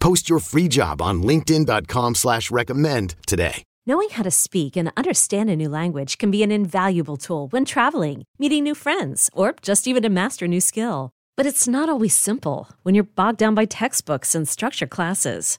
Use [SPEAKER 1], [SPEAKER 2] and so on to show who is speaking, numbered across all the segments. [SPEAKER 1] Post your free job on linkedin.com slash recommend today.
[SPEAKER 2] Knowing how to speak and understand a new language can be an invaluable tool when traveling, meeting new friends, or just even to master a new skill. But it's not always simple when you're bogged down by textbooks and structure classes.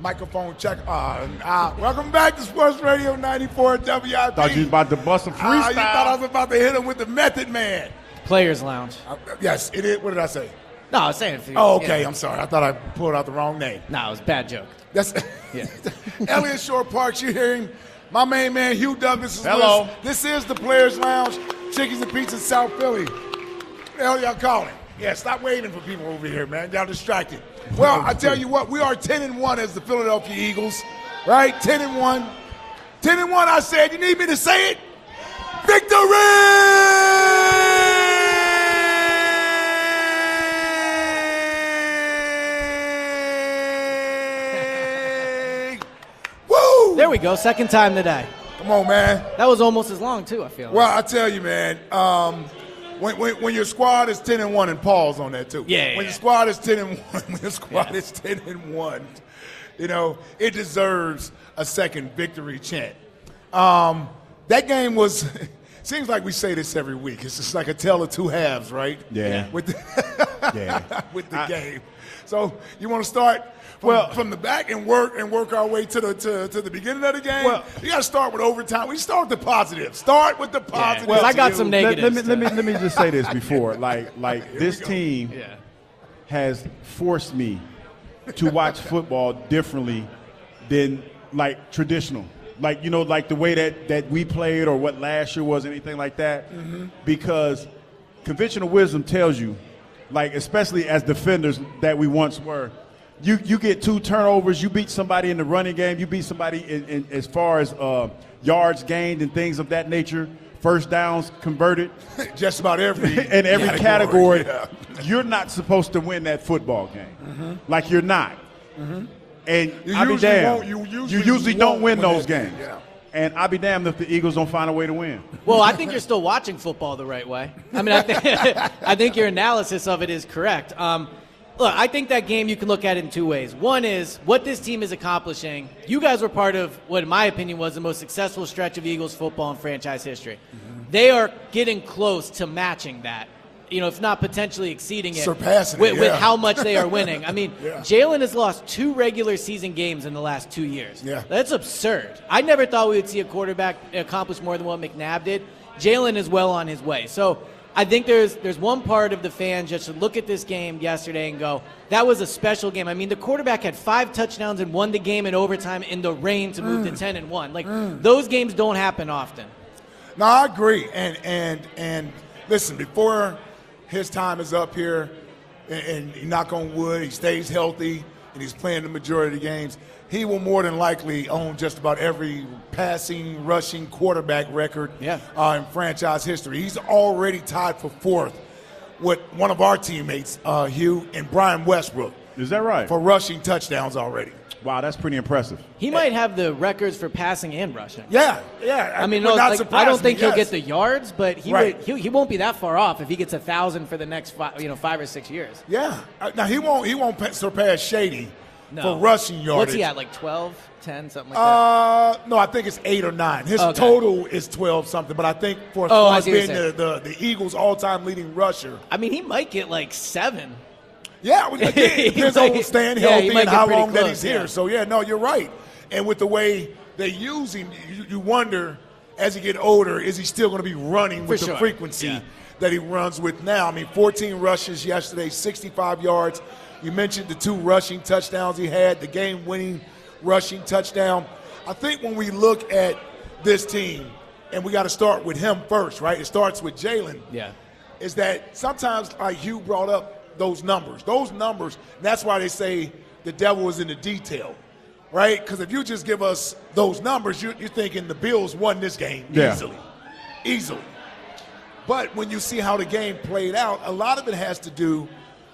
[SPEAKER 3] Microphone check. Uh, uh, welcome back to Sports Radio 94 WIP.
[SPEAKER 4] Thought you was about to bust a
[SPEAKER 3] Ah,
[SPEAKER 4] freestyle.
[SPEAKER 3] you thought I was about to hit him with the Method Man.
[SPEAKER 5] Players Lounge.
[SPEAKER 3] Uh, yes, it is. What did I say?
[SPEAKER 5] No, I was saying. If you,
[SPEAKER 3] Oh, okay.
[SPEAKER 5] yeah.
[SPEAKER 3] I'm sorry. I thought I pulled out the wrong name.
[SPEAKER 5] No, it was a bad joke.
[SPEAKER 3] That's
[SPEAKER 5] Yeah.
[SPEAKER 3] Elliot Shore Parks. You're hearing my main man Hugh Douglas. Is
[SPEAKER 4] Hello.
[SPEAKER 3] with us. This is the Players Lounge, Chickens and Pizza, South Philly. The hell y'all calling? Yeah, stop waiting for people over here, man. Y'all distracted. Well, I tell you what, we are ten and one as the Philadelphia Eagles, right? Ten and one. Ten and one. I said. You need me to say it? Victory! Woo!
[SPEAKER 5] There we go. Second time today.
[SPEAKER 3] Come on, man.
[SPEAKER 5] That was almost as long too. I feel.
[SPEAKER 3] Well, I tell you, man. Um, when, when, when your squad is ten and one, and Paul's on that too.
[SPEAKER 5] Yeah, yeah,
[SPEAKER 3] When your
[SPEAKER 5] yeah.
[SPEAKER 3] squad is ten and one, when your squad is ten and one, you know it deserves a second victory chant. Um, that game was. seems like we say this every week. It's just like a tale of two halves, right?
[SPEAKER 4] Yeah.
[SPEAKER 3] With the,
[SPEAKER 4] Yeah.
[SPEAKER 3] with the game. So you want to start. From, well, from the back and work and work our way to the to, to the beginning of the game.
[SPEAKER 4] Well-
[SPEAKER 3] you got to start with overtime. We start with the positive. Start with the positive.
[SPEAKER 5] Yeah, 'cause I got some
[SPEAKER 4] Let-
[SPEAKER 5] negatives.
[SPEAKER 4] Let, me
[SPEAKER 5] today.
[SPEAKER 4] let me let me just say this before, like like this team
[SPEAKER 5] Yeah.
[SPEAKER 4] has forced me to watch football differently than like traditional, like you know, like the way that that we played or what last year was, anything like that, because conventional wisdom tells you, like especially as defenders that we once were. You, you get two turnovers, you beat somebody in the running game, you beat somebody in, in, as far as uh, yards gained and things of that nature, first downs converted
[SPEAKER 3] just about every
[SPEAKER 4] in every category,
[SPEAKER 3] yeah. Mm-hmm.
[SPEAKER 4] you're not supposed to win that football game. Like you're not. And
[SPEAKER 3] You
[SPEAKER 4] I'll be
[SPEAKER 3] usually
[SPEAKER 4] damned.
[SPEAKER 3] won't- you usually
[SPEAKER 4] usually don't
[SPEAKER 3] won't
[SPEAKER 4] win
[SPEAKER 3] win
[SPEAKER 4] those
[SPEAKER 3] that
[SPEAKER 4] games.
[SPEAKER 3] game, yeah.
[SPEAKER 4] And I'll be damned if the Eagles don't find a way to win.
[SPEAKER 5] Well, I think you're still watching football the right way. I mean, I, think I think your analysis of it is correct. Um, look, I think that game you can look at it in two ways. One is what this team is accomplishing. You guys were part of what, in my opinion, was the most successful stretch of Eagles football in franchise history.
[SPEAKER 3] Mm-hmm.
[SPEAKER 5] They are getting close to matching that. You know, if not potentially exceeding it,
[SPEAKER 3] Surpassing it,
[SPEAKER 5] with, with
[SPEAKER 3] yeah.
[SPEAKER 5] how much they are winning. I mean,
[SPEAKER 3] Yeah.
[SPEAKER 5] Jalen has lost two regular season games in the last two years.
[SPEAKER 3] Yeah.
[SPEAKER 5] That's absurd. I never thought we would see a quarterback accomplish more than what McNabb did. Jalen is well on his way. So I think there's there's one part of the fans that should look at this game yesterday and go, that was a special game. I mean, the quarterback had five touchdowns and won the game in overtime in the rain to move to ten and one. Like those games don't happen often.
[SPEAKER 3] No, I agree. And and and listen, before his time is up here, and, and knock on wood, he stays healthy. and he's playing the majority of the games, he will more than likely own just about every passing, rushing quarterback record
[SPEAKER 5] Yeah.
[SPEAKER 3] uh, in franchise history. He's already tied for fourth with one of our teammates, uh, Hugh, and Brian Westbrook
[SPEAKER 4] Is that right?
[SPEAKER 3] for rushing touchdowns already.
[SPEAKER 4] wow, that's pretty impressive.
[SPEAKER 5] He might have the records for passing and rushing.
[SPEAKER 3] Yeah, yeah.
[SPEAKER 5] I mean,
[SPEAKER 3] would
[SPEAKER 5] no,
[SPEAKER 3] not
[SPEAKER 5] like, I
[SPEAKER 3] surprise
[SPEAKER 5] don't
[SPEAKER 3] me,
[SPEAKER 5] think he'll
[SPEAKER 3] yes.
[SPEAKER 5] get the yards, but he
[SPEAKER 3] Right.
[SPEAKER 5] would, he, he won't be that far off if he gets a thousand for the next five, you know, five or six years.
[SPEAKER 3] Yeah. Uh, Now he won't. He won't pa- surpass Shady
[SPEAKER 5] No.
[SPEAKER 3] for rushing yardage.
[SPEAKER 5] What's he at? Like 12, 10, something like that.
[SPEAKER 3] Uh, no, I think it's eight or nine. His
[SPEAKER 5] Okay.
[SPEAKER 3] total is twelve something, but I think for as
[SPEAKER 5] Oh,
[SPEAKER 3] far
[SPEAKER 5] I
[SPEAKER 3] as
[SPEAKER 5] see what
[SPEAKER 3] being
[SPEAKER 5] you're
[SPEAKER 3] the, the, the Eagles' all-time leading rusher,
[SPEAKER 5] I mean, he might get like seven.
[SPEAKER 3] yeah, well, again,
[SPEAKER 5] He
[SPEAKER 3] it depends
[SPEAKER 5] might-
[SPEAKER 3] on staying
[SPEAKER 5] yeah, he
[SPEAKER 3] healthy
[SPEAKER 5] might
[SPEAKER 3] and
[SPEAKER 5] get
[SPEAKER 3] how
[SPEAKER 5] pretty
[SPEAKER 3] long that
[SPEAKER 5] close,
[SPEAKER 3] he's here.
[SPEAKER 5] yeah.
[SPEAKER 3] So yeah, no, you're right. And with the way they use him, you, you wonder as he get older, is he still going to be running with
[SPEAKER 5] For
[SPEAKER 3] the
[SPEAKER 5] sure.
[SPEAKER 3] frequency
[SPEAKER 5] Yeah.
[SPEAKER 3] that he runs with now? I mean, 14 rushes yesterday, 65 yards. You mentioned the two rushing touchdowns he had, the game-winning rushing touchdown. I think when we look at this team, and we got to start with him first, right? It starts with Jalen
[SPEAKER 5] Yeah.
[SPEAKER 3] is that sometimes, like Hugh brought up, those numbers. Those numbers, that's why they say the devil is in the detail, right? Because if you just give us those numbers, you're, you're thinking the Bills won this game
[SPEAKER 4] Yeah.
[SPEAKER 3] easily. Easily. But when you see how the game played out, a lot of it has to do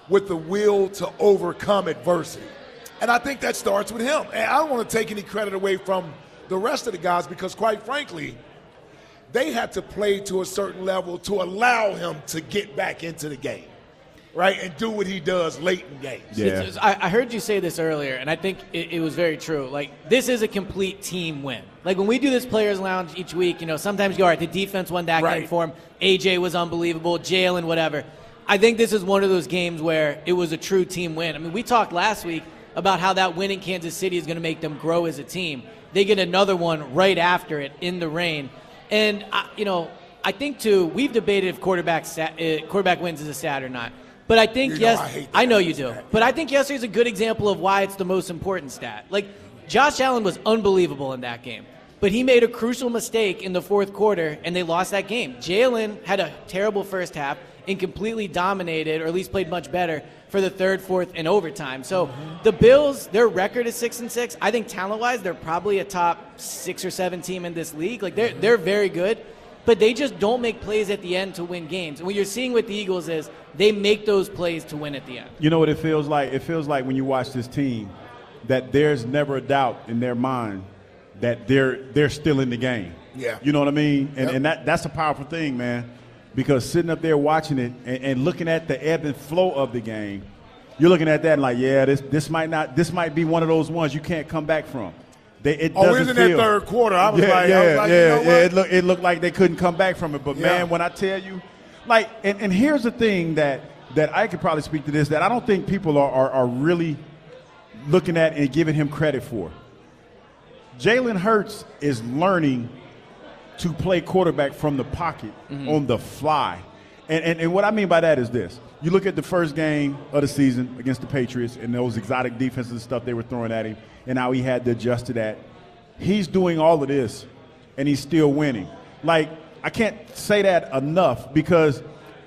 [SPEAKER 3] with the will to overcome adversity. And I think that starts with him. And I don't want to take any credit away from the rest of the guys because, quite frankly, they had to play to a certain level to allow him to get back into the game, right? And do what he does late in games.
[SPEAKER 4] Yeah.
[SPEAKER 5] It's- I, I heard you say this earlier, and I think it, it was very true. Like, this is a complete team win. Like, when we do this Players Lounge each week, you know, sometimes you go, all right, the defense won that
[SPEAKER 3] Right.
[SPEAKER 5] game for him. AJ was unbelievable, Jalen, whatever. I think this is one of those games where it was a true team win. I mean, we talked last week about how that win in Kansas City is going to make them grow as a team. They get another one right after it in the rain. And, I, you know, I think, too, we've debated if quarterback, sa- uh, quarterback wins is a stat or not. But I think,
[SPEAKER 3] You know
[SPEAKER 5] yes,
[SPEAKER 3] I hate
[SPEAKER 5] I know
[SPEAKER 3] that.
[SPEAKER 5] you do. But I think yesterday's a good example of why it's the most important stat. Like, Josh Allen was unbelievable in that game, but he made a crucial mistake in the fourth quarter and they lost that game. Jalen had a terrible first half and completely dominated, or at least played much better, for the third, fourth, and overtime. So the Bills, their record is six and six. I think talent wise, they're probably a top six or seven team in this league. Like, they're, they're very good but they just don't make plays at the end to win games. And what you're seeing with the Eagles is they make those plays to win at the end.
[SPEAKER 4] You know what it feels like? It feels like when you watch this team that there's never a doubt in their mind that they're they're still in the game.
[SPEAKER 3] Yeah.
[SPEAKER 4] You know what I mean? And,
[SPEAKER 3] Yep.
[SPEAKER 4] and that that's a powerful thing, man. Because sitting up there watching it and, and looking at the ebb and flow of the game, you're looking at that and like, yeah, this this might not this might be one of those ones you can't come back from. They, it
[SPEAKER 3] Oh, we
[SPEAKER 4] doesn't
[SPEAKER 3] was in that
[SPEAKER 4] feel-
[SPEAKER 3] third quarter. I was
[SPEAKER 4] yeah,
[SPEAKER 3] like- I
[SPEAKER 4] yeah,
[SPEAKER 3] was like, you
[SPEAKER 4] yeah,
[SPEAKER 3] know
[SPEAKER 4] yeah.
[SPEAKER 3] what?
[SPEAKER 4] It looked it looked like they couldn't come back from it. But
[SPEAKER 3] Yeah.
[SPEAKER 4] man, when I tell you, like, and, and here's the thing that that I could probably speak to this that I don't think people are are, are really looking at and giving him credit for. Jalen Hurts is learning to play quarterback from the pocket on the fly. And, and, and what I mean by that is this. You look at the first game of the season against the Patriots and those exotic defenses and stuff they were throwing at him and how he had to adjust to that. He's doing all of this and he's still winning. Like, I can't say that enough because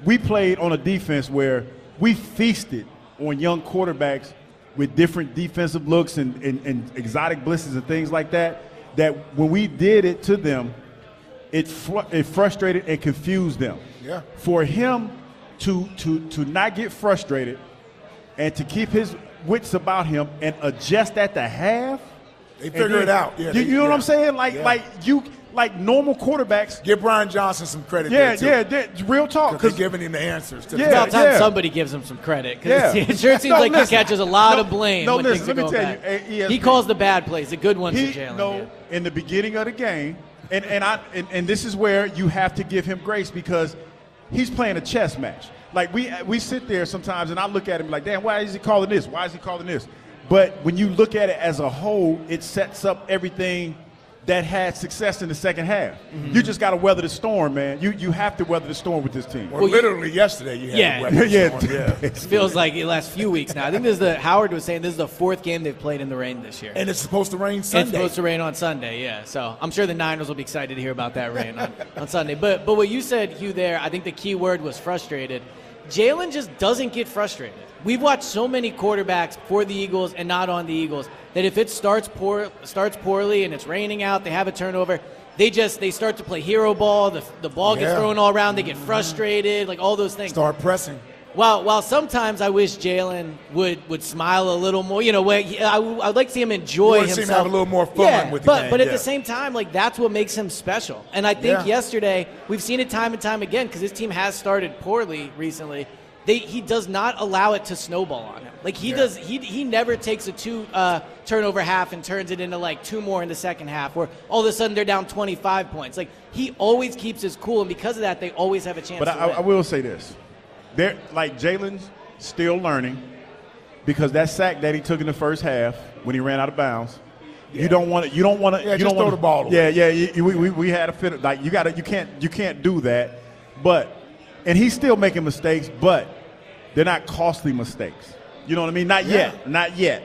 [SPEAKER 4] we played on a defense where we feasted on young quarterbacks with different defensive looks and, and, and exotic blitzes and things like that. That when we did it to them, it, fr- it frustrated and confused them.
[SPEAKER 3] Yeah.
[SPEAKER 4] For him to, to, to not get frustrated and to keep his wits about him and adjust at the half.
[SPEAKER 3] They
[SPEAKER 4] and
[SPEAKER 3] figure
[SPEAKER 4] then-
[SPEAKER 3] it out. Yeah,
[SPEAKER 4] you,
[SPEAKER 3] they-
[SPEAKER 4] you know what
[SPEAKER 3] yeah.
[SPEAKER 4] I'm saying? Like,
[SPEAKER 3] Yeah.
[SPEAKER 4] like you, like normal quarterbacks.
[SPEAKER 3] Give Brian Johnson some credit.
[SPEAKER 4] Yeah,
[SPEAKER 3] there too,
[SPEAKER 4] yeah, yeah, real talk.
[SPEAKER 3] 'cause they're
[SPEAKER 4] Because
[SPEAKER 3] giving him the answers. To
[SPEAKER 4] Yeah,
[SPEAKER 5] It's
[SPEAKER 3] the
[SPEAKER 5] about time
[SPEAKER 4] yeah.
[SPEAKER 5] somebody gives him some credit
[SPEAKER 4] Yeah.
[SPEAKER 5] because it sure seems
[SPEAKER 4] No,
[SPEAKER 5] like
[SPEAKER 4] listen.
[SPEAKER 5] he catches a lot
[SPEAKER 4] No,
[SPEAKER 5] of blame.
[SPEAKER 4] no,
[SPEAKER 5] when
[SPEAKER 4] listen,
[SPEAKER 5] things are
[SPEAKER 4] let me
[SPEAKER 5] going
[SPEAKER 4] tell
[SPEAKER 5] bad.
[SPEAKER 4] you, eh,
[SPEAKER 5] he
[SPEAKER 4] ESPN.
[SPEAKER 5] calls the bad plays, the good ones
[SPEAKER 4] he
[SPEAKER 5] to Jalen.
[SPEAKER 4] no
[SPEAKER 5] yeah.
[SPEAKER 4] in the beginning of the game, and and I and, and this is where you have to give him grace because he's playing a chess match. Like we we sit there sometimes, and I look at him like, damn, why is he calling this? Why is he calling this? But when you look at it as a whole, it sets up everything that had success in the second half. You just got to weather the storm, man. You you have to weather the storm with this team.
[SPEAKER 3] Well, literally yesterday you had
[SPEAKER 5] Yeah.
[SPEAKER 3] a weapon
[SPEAKER 4] Yeah.
[SPEAKER 3] storm, yeah.
[SPEAKER 5] It feels like the last few weeks now. I think this is the Howard was saying this is the fourth game they've played in the rain this year.
[SPEAKER 3] And it's supposed to rain
[SPEAKER 5] It's
[SPEAKER 3] Sunday.
[SPEAKER 5] supposed to rain on Sunday, yeah. So I'm sure the Niners will be excited to hear about that rain on, on Sunday. But but what you said, Hugh, there, I think the key word was frustrated. Jalen just doesn't get frustrated. We've watched so many quarterbacks for the Eagles and not on the Eagles that if it starts poor, starts poorly and it's raining out, they have a turnover. They just they start to play hero ball. The, the ball gets
[SPEAKER 3] Yeah.
[SPEAKER 5] thrown all around. They get frustrated, like all those things.
[SPEAKER 3] Start pressing.
[SPEAKER 5] While while sometimes I wish Jalen would would smile a little more. You know, where he, I, w- I'd like to see him enjoy
[SPEAKER 3] You wanna see
[SPEAKER 5] himself.
[SPEAKER 3] him have a little more fun
[SPEAKER 5] yeah,
[SPEAKER 3] with the
[SPEAKER 5] but
[SPEAKER 3] game,
[SPEAKER 5] but at
[SPEAKER 3] yeah.
[SPEAKER 5] the same time, like that's what makes him special. And I think
[SPEAKER 3] Yeah.
[SPEAKER 5] yesterday we've seen it time and time again because this team has started poorly recently. They, he does not allow it to snowball on him. Like he does, he, he never takes a two uh, turnover half and turns it into like two more in the second half, or all of a sudden they're down twenty five points. Like he always keeps his cool, and because of that, they always have a chance.
[SPEAKER 4] But
[SPEAKER 5] to
[SPEAKER 4] I,
[SPEAKER 5] win.
[SPEAKER 4] I will say this: there, like Jalen's still learning because that sack that he took in the first half when he ran out of bounds. You don't want to. You don't want to.
[SPEAKER 3] Yeah,
[SPEAKER 4] you
[SPEAKER 3] just
[SPEAKER 4] don't
[SPEAKER 3] throw
[SPEAKER 4] wanna,
[SPEAKER 3] the ball away.
[SPEAKER 4] Yeah, yeah. You, you- we, we, we had a fit. Like you got to. You can't. You can't do that. But and he's still making mistakes, but they're not costly mistakes. You know what I mean? Not yet. Not yet.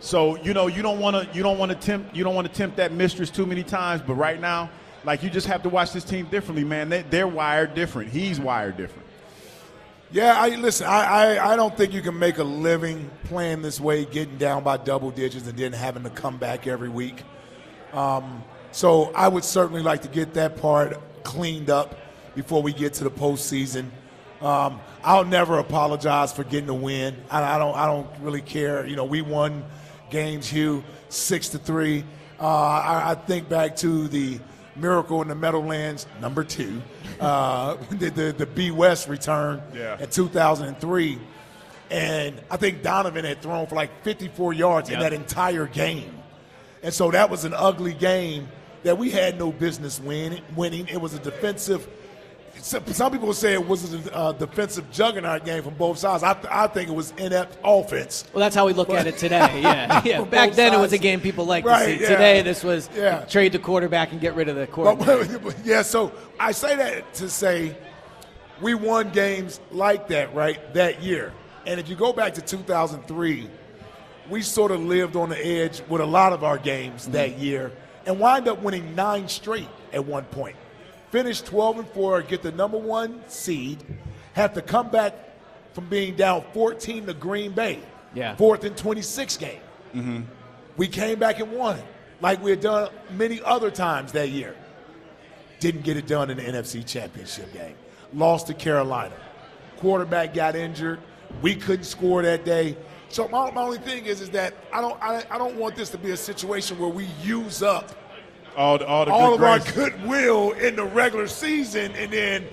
[SPEAKER 4] So you know you don't want to you don't want to tempt you don't want to tempt that mistress too many times. But right now, like you just have to watch this team differently, man. They, they're wired different. He's wired different.
[SPEAKER 3] Yeah, I listen. I, I, I don't think you can make a living playing this way, getting down by double digits, and then having to come back every week. Um, so I would certainly like to get that part cleaned up before we get to the postseason. Um, I'll never apologize for getting a win. I, I don't. I don't really care. You know, we won games, Hugh, six to three. Uh, I, I think back to the miracle in the Meadowlands, number two, uh, the, the the B West return
[SPEAKER 4] Yeah.
[SPEAKER 3] in 2003, and I think Donovan had thrown for like 54 yards in
[SPEAKER 5] Yeah.
[SPEAKER 3] that entire game, and so that was an ugly game that we had no business win, winning. It was a defensive. Some some people say it was a uh, defensive juggernaut game from both sides. I, th- I think it was inept offense.
[SPEAKER 5] Well, that's how we look at it today. Yeah, yeah.
[SPEAKER 3] From
[SPEAKER 5] Back
[SPEAKER 3] both
[SPEAKER 5] then, it was
[SPEAKER 3] sides.
[SPEAKER 5] a game people liked
[SPEAKER 3] Right,
[SPEAKER 5] to see.
[SPEAKER 3] yeah.
[SPEAKER 5] Today, this was
[SPEAKER 3] Yeah.
[SPEAKER 5] trade the quarterback and get rid of the
[SPEAKER 3] But-
[SPEAKER 5] quarterback.
[SPEAKER 3] yeah, so I say that to say we won games like that, right, that year. And if you go back to 2003, we sort of lived on the edge with a lot of our games that year and wind up winning nine straight at one point. Finish 12 and 4, get the number one seed, have to come back from being down 14 to Green Bay.
[SPEAKER 5] Yeah.
[SPEAKER 3] Fourth and 26 game. We came back and won, like we had done many other times that year. Didn't get it done in the NFC Championship game. Lost to Carolina. Quarterback got injured. We couldn't score that day. So my, my only thing is, is that I don't, I, I don't want this to be a situation where we use up
[SPEAKER 4] All the, all the
[SPEAKER 3] all
[SPEAKER 4] good
[SPEAKER 3] of
[SPEAKER 4] graces.
[SPEAKER 3] our goodwill in the regular season, and then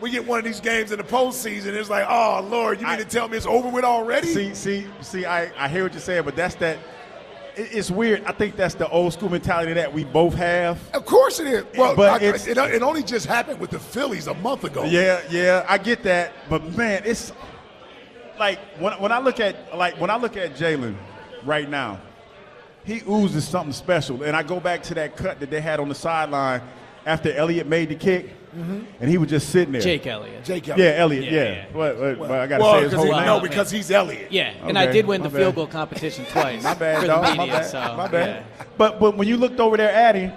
[SPEAKER 3] we get one of these games in the postseason. It's like, oh Lord, you mean
[SPEAKER 4] I-
[SPEAKER 3] to tell me it's over with already?
[SPEAKER 4] See, see, see. I, I hear what you're saying, but that's that. it- it's weird. I think that's the old school mentality that we both have.
[SPEAKER 3] Of course it is. Well,
[SPEAKER 4] But
[SPEAKER 3] I-
[SPEAKER 4] it's-
[SPEAKER 3] it, it only just happened with the Phillies a month ago.
[SPEAKER 4] Yeah, yeah, I get that, but man, it's like when, when I look at like when I look at Jalen right now, he oozes something special, and I go back to that cut that they had on the sideline after Elliott made the kick, and he was just sitting there.
[SPEAKER 5] Jake Elliott.
[SPEAKER 3] Mm-hmm. Jake
[SPEAKER 4] yeah,
[SPEAKER 3] Elliott.
[SPEAKER 4] Elliott,
[SPEAKER 5] Yeah,
[SPEAKER 4] yeah.
[SPEAKER 5] yeah.
[SPEAKER 4] What, what, but I gotta
[SPEAKER 3] Well,
[SPEAKER 4] say his
[SPEAKER 3] because
[SPEAKER 4] whole
[SPEAKER 3] he,
[SPEAKER 5] whole
[SPEAKER 3] no,
[SPEAKER 5] lineup.
[SPEAKER 3] because he's Elliott.
[SPEAKER 5] Yeah, and I
[SPEAKER 4] Okay,
[SPEAKER 5] did win
[SPEAKER 4] my
[SPEAKER 5] the field
[SPEAKER 4] bad.
[SPEAKER 5] goal competition twice.
[SPEAKER 4] My bad,
[SPEAKER 5] for
[SPEAKER 4] dog.
[SPEAKER 5] the
[SPEAKER 4] my
[SPEAKER 5] media,
[SPEAKER 4] bad.
[SPEAKER 5] so,
[SPEAKER 4] my bad. But but when you looked over there at him,